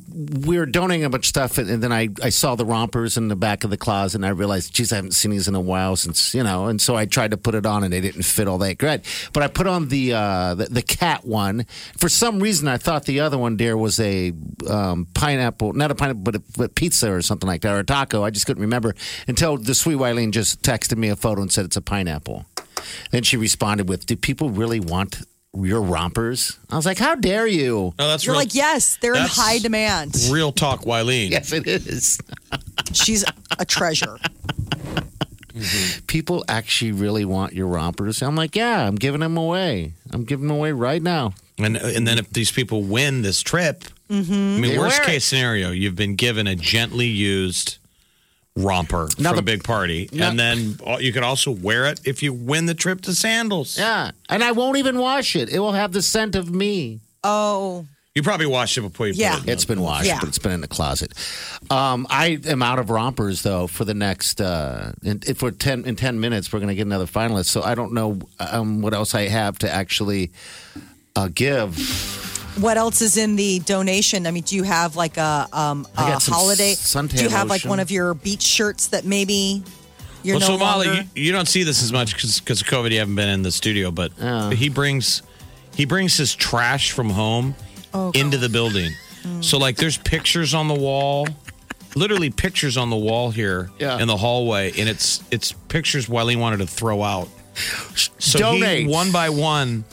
Speaker 5: we were donating a bunch of stuff, and, and then I, I saw the rompers in the back of the closet, and I realized, geez, I haven't seen these in a while since you know. And so I tried to put it on, and they didn't fit all that great. But I put on the uh, the, the cat one. For some reason, I thought the other one there was a um, pineapple, not a pineapple, but a but pizza or something like that, or a taco. I just couldn't remember until the sweet Wileen just texted me a photo and said it's a pineapple. Then she responded with, "Do people really want?" Your rompers? I was like, "How dare you!"
Speaker 6: No, that's
Speaker 4: You're
Speaker 6: real,
Speaker 4: like, yes, they're in
Speaker 6: That's-
Speaker 4: high demand.
Speaker 6: real talk, Wileen.
Speaker 5: Yes, it is.
Speaker 4: She's a treasure.
Speaker 5: people actually really want your rompers. I'm like, yeah, I'm giving them away. I'm giving them away right now.
Speaker 6: And and then if these people win this trip, I mean,
Speaker 5: Mm-hmm. They
Speaker 6: worst
Speaker 5: wear it.
Speaker 6: case scenario, you've been given a gently used romper
Speaker 5: Now
Speaker 6: from
Speaker 5: the-
Speaker 6: Big Party,
Speaker 5: now-
Speaker 6: and then uh, you could also wear it if you win the trip to Sandals.
Speaker 5: Yeah. And I won't even wash it. It will have the scent of me.
Speaker 4: Oh,
Speaker 6: You probably washed it before you
Speaker 4: Yeah.
Speaker 6: put it. in.
Speaker 5: It's been washed,
Speaker 4: Yeah.
Speaker 5: but it's been in the closet. Um, I am out of rompers though for the next. Uh, in, if we're ten in ten minutes, we're going to get another finalist. So I don't know um, what else I have to actually uh, give.
Speaker 4: what else is in the donation? I mean, do you have like a um
Speaker 5: I
Speaker 4: a
Speaker 5: got some
Speaker 4: holiday?
Speaker 5: suntan
Speaker 4: do you have like
Speaker 5: lotion.
Speaker 4: one of your beach shirts that maybe you're
Speaker 6: Well,
Speaker 4: no
Speaker 6: so Molly,
Speaker 4: longer?
Speaker 6: you, you don't see this as much because of COVID. You haven't been in the studio, but
Speaker 4: Oh.
Speaker 6: he brings he brings his trash from home
Speaker 4: Oh,
Speaker 6: into the building.
Speaker 4: Hmm.
Speaker 6: So like, there's pictures on the wall, literally pictures on the wall here
Speaker 5: Yeah.
Speaker 6: in the hallway, and it's it's pictures Wiley wanted to throw out. So he
Speaker 5: Donate.
Speaker 6: one by one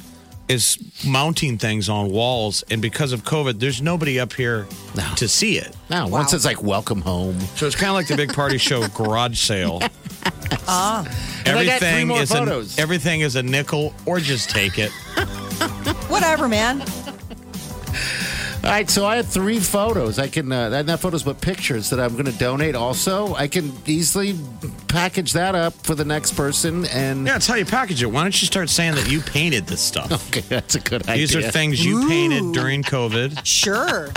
Speaker 6: is mounting things on walls, and because of COVID, there's nobody up here to see it.
Speaker 5: Now, once it's like welcome home.
Speaker 6: So it's kind of like the big party show garage sale.
Speaker 4: ah,
Speaker 5: And I got three
Speaker 6: Everything
Speaker 5: more
Speaker 6: is a,
Speaker 5: photos.
Speaker 6: everything is a nickel, or just take it.
Speaker 4: Whatever, man.
Speaker 5: All right, so I have three photos. I can uh, not photos, but pictures that I'm going to donate. Also, I can easily package that up for the next person. And
Speaker 6: Yeah, that's how you package it. Why don't you start saying that you painted this stuff?
Speaker 5: okay, that's a good idea.
Speaker 6: These are things you painted during COVID.
Speaker 4: Sure.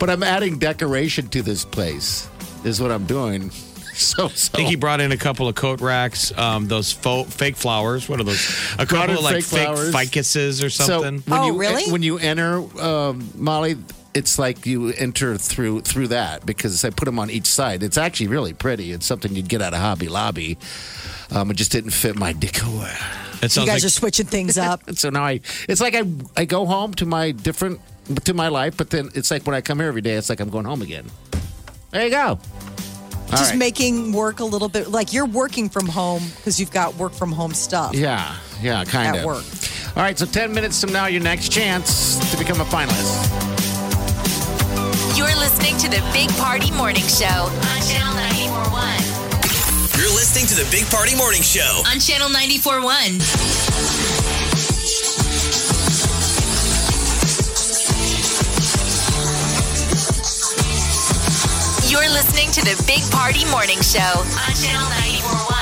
Speaker 5: but I'm adding decoration to this place. Is what I'm doing. So, so
Speaker 6: I think he brought in a couple of coat racks, um, those fo- fake flowers. What are those? A
Speaker 5: Brought
Speaker 6: couple
Speaker 5: in
Speaker 6: of like
Speaker 5: fake
Speaker 6: fake
Speaker 5: flowers.
Speaker 6: ficuses or
Speaker 5: so
Speaker 6: something.
Speaker 5: when
Speaker 4: Oh,
Speaker 5: you e-,
Speaker 4: really?
Speaker 5: when you enter, um, Molly, it's like you enter through through that because I put them on each side. It's actually really pretty. It's something you'd get out of Hobby Lobby. Um, it just didn't fit my decor.
Speaker 6: it
Speaker 4: You
Speaker 6: sounds
Speaker 4: guys
Speaker 6: like
Speaker 4: are switching things up.
Speaker 5: So now I, it's like I, I go home to my different, to my life, but then it's like when I come here every day, it's like I'm going home again. There you go.
Speaker 4: Just
Speaker 5: right.
Speaker 4: making work a little bit like you're working from home because you've got work from home stuff.
Speaker 5: Yeah, yeah, kind of.
Speaker 4: At work.
Speaker 5: All right, so 10 minutes from now, your next chance to become a finalist.
Speaker 3: You're listening to the Big Party Morning Show on Channel 941.
Speaker 2: You're listening to the Big Party Morning Show.
Speaker 3: On Channel 941. You're listening to the Big Party Morning Show on Channel 941.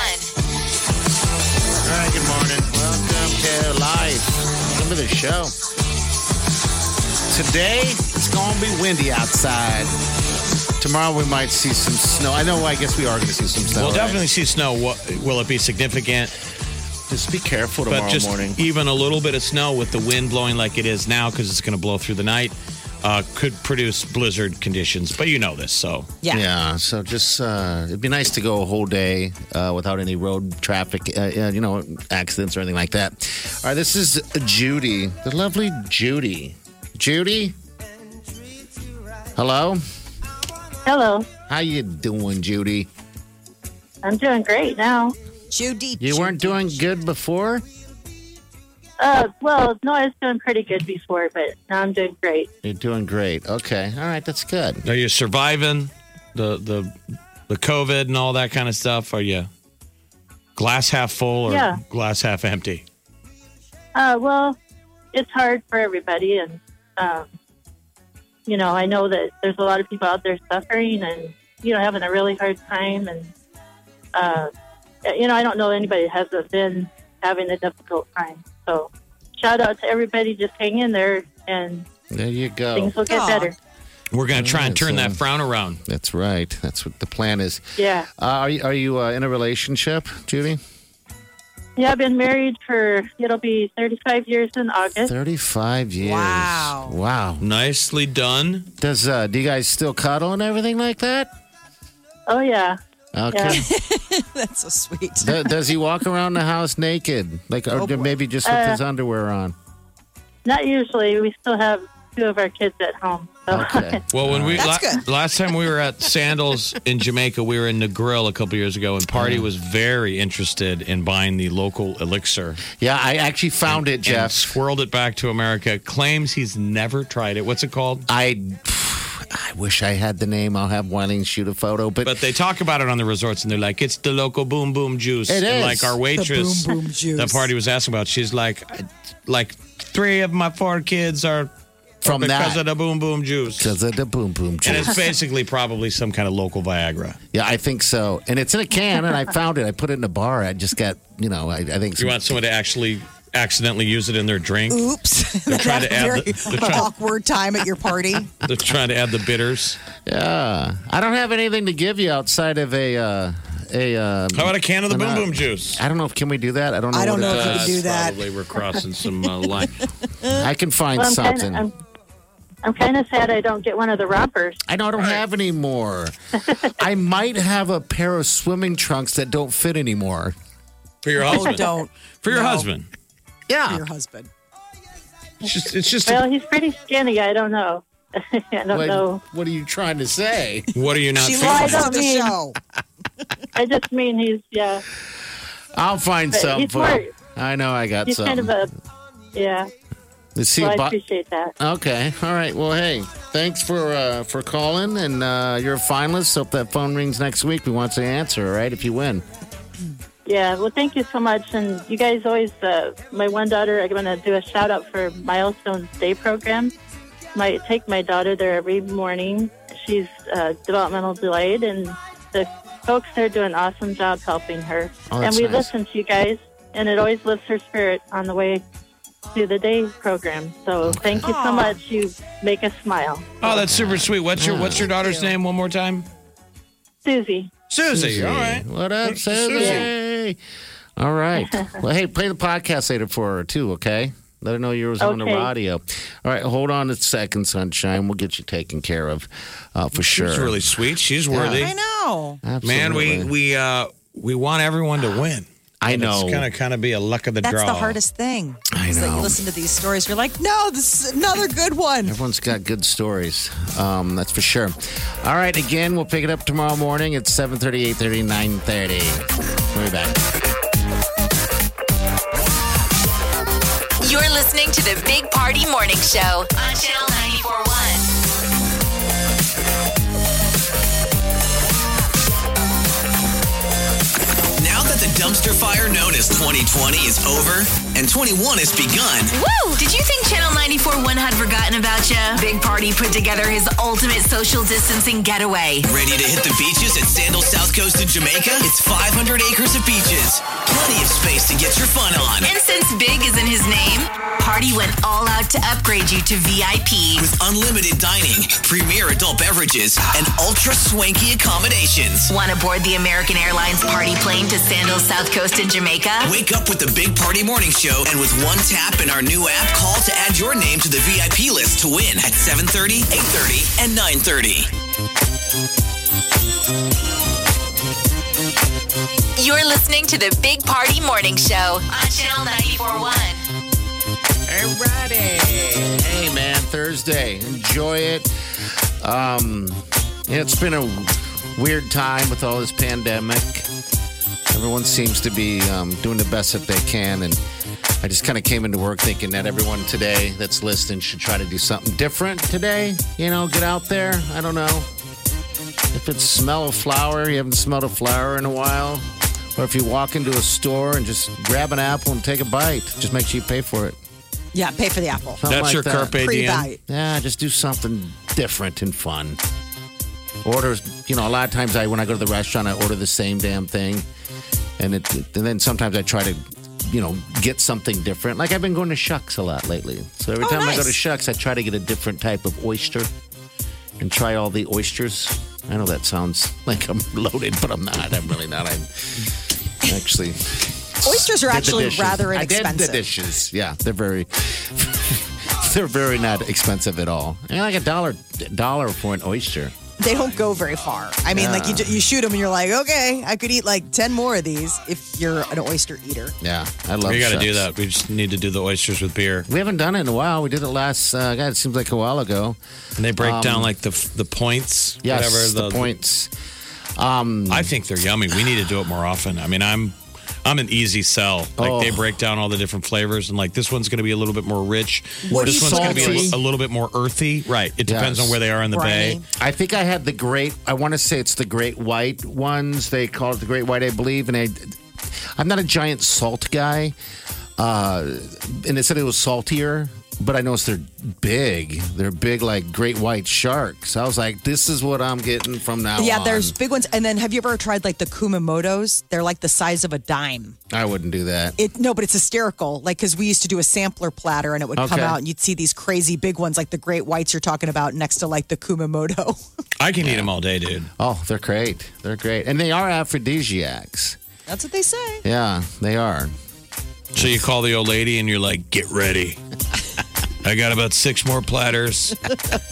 Speaker 5: All right, good morning. Welcome to life. Welcome to the show. Today, it's going to be windy outside. Tomorrow, we might see some snow. I know, I guess we are going to see some snow.
Speaker 6: we'll
Speaker 5: right?
Speaker 6: definitely see snow. Wha- Will it be significant?
Speaker 5: Just be careful tomorrow
Speaker 6: but just
Speaker 5: morning.
Speaker 6: even a little bit of snow with the wind blowing like it is now because it's going to blow through the night uh, could produce blizzard conditions but you know this so
Speaker 4: Yeah.
Speaker 5: so just uh, it'd be nice to go a whole day uh, without any road traffic, uh, uh, you know, accidents or anything like that. All right, this is Judy, the lovely Judy. Judy, hello.
Speaker 10: Hello.
Speaker 5: How you doing, Judy?
Speaker 10: I'm doing great now.
Speaker 4: Judy.
Speaker 5: You weren't doing good before.
Speaker 10: Uh, well, no, I was doing pretty good before, but now I'm doing great.
Speaker 5: You're doing great. Okay, all right, that's good.
Speaker 6: are you surviving the the the covid and all that kind of stuff are you glass half full or
Speaker 10: Yeah.
Speaker 6: glass half empty
Speaker 10: Uh, well, it's hard for everybody, and um, you know, I know that there's a lot of people out there suffering and you know having a really hard time, and uh, you know, I don't know anybody that hasn't been having a difficult time. So, shout out to everybody, just hang in there, and
Speaker 5: There you go.
Speaker 10: things will get better.
Speaker 6: We're going to try and
Speaker 5: Yeah,
Speaker 6: turn
Speaker 5: so-
Speaker 6: that frown around.
Speaker 5: That's right. That's what the plan is.
Speaker 10: Yeah.
Speaker 5: Uh, are you, are you uh, in a relationship, Judy?
Speaker 10: Yeah, I've been married for it'll be 35 years in August.
Speaker 5: 35 years. Wow. Wow.
Speaker 6: Nicely done.
Speaker 5: Does uh, do you guys still cuddle and everything like that?
Speaker 10: Oh yeah.
Speaker 5: Okay.
Speaker 4: That's so sweet.
Speaker 5: Do- Does he walk around the house naked? Like or
Speaker 10: Oh, boy.
Speaker 5: maybe just with
Speaker 10: Uh,
Speaker 5: his underwear on?
Speaker 10: Not usually. We still have two of our kids at home. So.
Speaker 5: Okay.
Speaker 6: Well, when we la- last time we were at Sandals in Jamaica, we were in Negril a couple years ago, and Party was very interested in buying the local elixir.
Speaker 5: Yeah, I actually found it, Jeff.
Speaker 6: swirled it back to America. Claims he's never tried it. What's it called?
Speaker 5: I I wish I had the name. I'll have Whiting shoot a photo, but
Speaker 6: But they talk about it on the resorts, and they're like, "It's the local boom boom juice."
Speaker 5: It
Speaker 6: And
Speaker 5: is.
Speaker 6: like our
Speaker 5: The
Speaker 6: waitress,
Speaker 5: boom boom juice.
Speaker 6: that Party was asking about. She's like, I- "Like three of my four kids are
Speaker 5: From
Speaker 6: are because
Speaker 5: that.
Speaker 6: of the boom boom juice."
Speaker 5: because of the boom boom
Speaker 6: And
Speaker 5: juice.
Speaker 6: it's basically probably some kind of local Viagra.
Speaker 5: yeah, I think so. And it's in a can, and I found it. I put it in a bar. I just got you know. I, I think
Speaker 6: You want someone to actually accidentally use it in their drink?
Speaker 4: Oops.
Speaker 6: They're trying to add the-
Speaker 4: Very
Speaker 6: they're trying-
Speaker 4: awkward time at your party.
Speaker 6: They're trying to add the bitters.
Speaker 5: Yeah, I don't have anything to give you outside of a uh, a. Uh,
Speaker 6: How about a can of the
Speaker 5: an,
Speaker 6: boom
Speaker 5: uh,
Speaker 6: boom juice?
Speaker 5: I don't know if can we do that. I don't know.
Speaker 4: I don't
Speaker 5: what
Speaker 4: know
Speaker 5: it
Speaker 4: if you can
Speaker 5: does.
Speaker 4: do that.
Speaker 6: Probably we're crossing some uh, line.
Speaker 5: I can find
Speaker 10: Well, I'm kinda-
Speaker 5: something.
Speaker 10: I'm- I'm kind of sad I don't get one of the rompers.
Speaker 5: I know I don't have any more. I might have a pair of swimming trunks that don't fit anymore.
Speaker 6: For your husband.
Speaker 4: Oh,
Speaker 6: Ah.
Speaker 4: don't.
Speaker 6: For your
Speaker 4: No.
Speaker 6: husband.
Speaker 4: For
Speaker 5: Yeah.
Speaker 4: your husband.
Speaker 6: It's just, it's just
Speaker 10: Well, he's pretty skinny. I don't know. I don't
Speaker 5: What,
Speaker 10: know.
Speaker 5: what are you trying to say?
Speaker 6: what are you not
Speaker 4: She
Speaker 6: feeling?
Speaker 4: listens
Speaker 10: I
Speaker 4: to
Speaker 10: don't
Speaker 4: the
Speaker 10: mean-
Speaker 4: show.
Speaker 10: I just mean he's yeah.
Speaker 5: I'll find
Speaker 10: But
Speaker 5: some.
Speaker 10: he's
Speaker 5: for-
Speaker 10: smart.
Speaker 5: I know I got
Speaker 10: He's
Speaker 5: some.
Speaker 10: kind of a yeah.
Speaker 5: Let's see
Speaker 10: Well,
Speaker 5: if
Speaker 10: I
Speaker 5: Bo-
Speaker 10: appreciate that.
Speaker 5: Okay. All right. Well, hey, thanks for uh, for calling, and uh, you're a finalist. Hope that phone rings next week. We want the answer, all right? If you win.
Speaker 10: Yeah. Well, thank you so much. And you guys always. Uh, my one daughter. I'm going to do a shout out for Milestones Day program. My take my daughter there every morning. She's uh, developmental delayed, and the folks there do an awesome job helping her.
Speaker 5: Oh,
Speaker 10: and
Speaker 5: that's
Speaker 10: we
Speaker 5: nice.
Speaker 10: listen to you guys, and it always lifts her spirit on the way to the day program. So thank you so much. You make us smile,
Speaker 6: Oh, that's super sweet. What's your What's your daughter's name? One more time.
Speaker 10: Susie.
Speaker 6: Susie. All right.
Speaker 5: What up,
Speaker 6: Thanks, Susie.
Speaker 5: Susie? All right. well, hey, play the podcast later for her too. Okay. Let her know you was on the
Speaker 10: Okay.
Speaker 5: radio. All right, hold on a second, sunshine. We'll get you taken care of uh, for
Speaker 6: She
Speaker 5: sure.
Speaker 6: was really sweet. She's worthy.
Speaker 4: I know.
Speaker 5: Absolutely.
Speaker 6: Man, we we uh, we want everyone to win.
Speaker 5: I know.
Speaker 6: It's kind of kind of be a luck of the
Speaker 4: That's
Speaker 6: draw.
Speaker 4: the hardest thing.
Speaker 5: I
Speaker 4: is That you
Speaker 5: know.
Speaker 4: listen to these stories, you're like, no, this is another good one.
Speaker 5: Everyone's got good stories. Um, that's for sure. All right, again, we'll pick it up tomorrow morning at 7.30, 8.30, 9.30. We'll be back.
Speaker 3: You're listening to the Big Party Morning Show on Channel 941.
Speaker 2: Now that the dumpster fire known as 2020 is over and 21 has begun,
Speaker 3: Woo! Did you think Channel 941 had forgotten about you? Big Party put together his ultimate social distancing getaway.
Speaker 2: ready to hit the beaches at Sandal South Coast of Jamaica? It's 500 acres of beaches, plenty of space to get your fun on.
Speaker 3: And since Big is in his name, Party went all out to upgrade you to VIP.
Speaker 2: With unlimited dining, premier adult beverages, and ultra swanky accommodations.
Speaker 3: Want to board the American Airlines party plane to Sandals, South Coast in Jamaica?
Speaker 2: Wake up with the Big Party Morning Show, and with one tap in our new app, call to add your name to the VIP list to win at 7:30, 8:30, and 9:30.
Speaker 3: You're listening to the Big Party Morning Show on Channel 941.
Speaker 5: Alrighty. Hey, man, Thursday. Enjoy it. Um, yeah, it's been a weird time with all this pandemic. Everyone seems to be um, doing the best that they can. And I just kind of came into work thinking that everyone today that's listening should try to do something different today. You know, get out there. I don't know. If it's smell of flour, you haven't smelled a flour in a while. Or if you walk into a store and just grab an apple and take a bite, just make sure you pay for it.
Speaker 4: Yeah, pay for the apple.
Speaker 5: Something
Speaker 6: That's
Speaker 5: like
Speaker 6: your
Speaker 5: that.
Speaker 6: carpe
Speaker 4: Pre
Speaker 6: diem.
Speaker 4: bite.
Speaker 5: Yeah, just do something different and fun. Order, you know, a lot of times I when I go to the restaurant, I order the same damn thing, and it, and then sometimes I try to you know, get something different. Like I've been going to Shucks a lot lately. So every
Speaker 12: Oh,
Speaker 5: time I go
Speaker 12: nice.
Speaker 5: to Shucks, I try to get a different type of oyster and try all the oysters. I know that sounds like I'm loaded, but I'm not. I'm really not. I'm actually.
Speaker 4: Oysters are
Speaker 5: did the
Speaker 4: actually
Speaker 5: dishes.
Speaker 4: rather
Speaker 5: I did the
Speaker 4: inexpensive.
Speaker 5: dishes. Yeah, they're very. they're very not expensive at all. I mean, like a dollar dollar for an oyster.
Speaker 4: They don't go very far. I mean, like you,
Speaker 5: Yeah.
Speaker 4: ju- you shoot them and you're like, okay, I could eat like 10 more of these if you're an oyster eater.
Speaker 5: Yeah, I love.
Speaker 6: We got to
Speaker 5: Oh, Shucks.
Speaker 6: do that. We just need to do the oysters with beer.
Speaker 5: We haven't done it in a while. We did it last. Uh, God, it seems like a while ago.
Speaker 6: And they break
Speaker 5: Um,
Speaker 6: down like the the points.
Speaker 5: Yes,
Speaker 6: whatever,
Speaker 5: the points. Um,
Speaker 6: I think they're yummy. We need to do it more often. I mean, I'm I'm an easy sell. Like they
Speaker 5: Oh.
Speaker 6: break down all the different flavors, and like this one's going to be a little bit more rich.
Speaker 5: What
Speaker 6: this
Speaker 5: is
Speaker 6: one's going to be a,
Speaker 5: salty?
Speaker 6: li- a little bit more earthy. Right. It depends
Speaker 5: Yes.
Speaker 6: on where they are in the bay.
Speaker 5: I think I had the great. I want to say it's the great white ones. They call it the great white, I believe. And I, I'm not a giant salt guy. Uh, and they said it was saltier, but I noticed they're big. They're big like great white sharks. I was like, this is what I'm getting from now.
Speaker 4: yeah,
Speaker 5: on.
Speaker 4: there's big ones. And then have you ever tried like the Kumamotos? They're like the size of a dime.
Speaker 5: I wouldn't do that.
Speaker 4: It no, but it's hysterical. Like because we used to do a sampler platter, and it would come
Speaker 5: Okay.
Speaker 4: out, and you'd see these crazy big ones, like the great whites you're talking about, next to like the Kumamoto.
Speaker 6: I can eat them all day, dude.
Speaker 5: Oh, they're great. They're great, and they are aphrodisiacs.
Speaker 4: That's what they say.
Speaker 5: Yeah, they are.
Speaker 6: So you call the old lady, and you're like, "Get ready." I got about six more platters.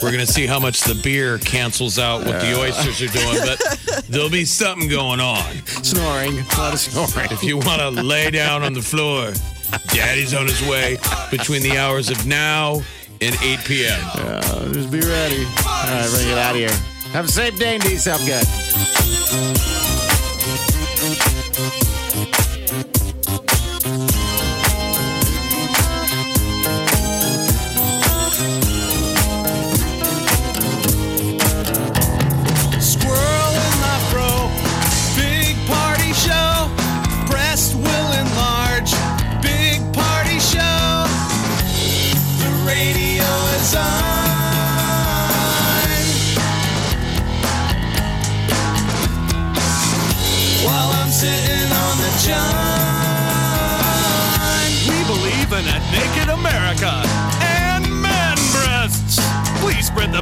Speaker 6: We're going to see how much the beer cancels out what the
Speaker 5: Yeah.
Speaker 6: oysters are doing, but there'll be something going on.
Speaker 5: Snoring, a lot of snoring.
Speaker 6: If you want to lay down on the floor, Daddy's on his way between the hours of now and 8 p.m.
Speaker 5: just be ready. All right, we're gonna get out of here. Have a safe day and do yourself good.
Speaker 13: Squirrel in my fro. Big party show. Breast will enlarge. Big party show. The radio is on. While I'm sitting on the john. We believe in a naked America and man breasts. Please spread the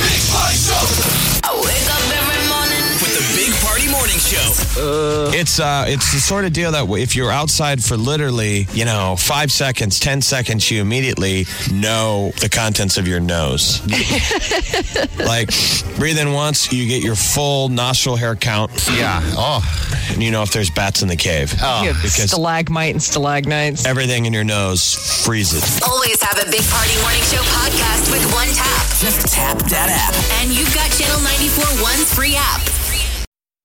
Speaker 13: Big party show.
Speaker 3: I wake up every morning.
Speaker 2: With the Big Party Morning Show.
Speaker 13: it's uh, it's the sort of deal that if you're outside for literally, you know, five seconds, ten seconds, you immediately know the contents of your nose. like, breathe in once, you get your full nostril hair count. Yeah. Oh. And you know if there's bats in the cave.
Speaker 14: You have
Speaker 13: Because
Speaker 14: stalagmite and stalagmites.
Speaker 13: everything in your nose freezes.
Speaker 3: Always have a Big Party Morning Show podcast with one tap. Just tap that app. And you've got Channel 94.1's free app.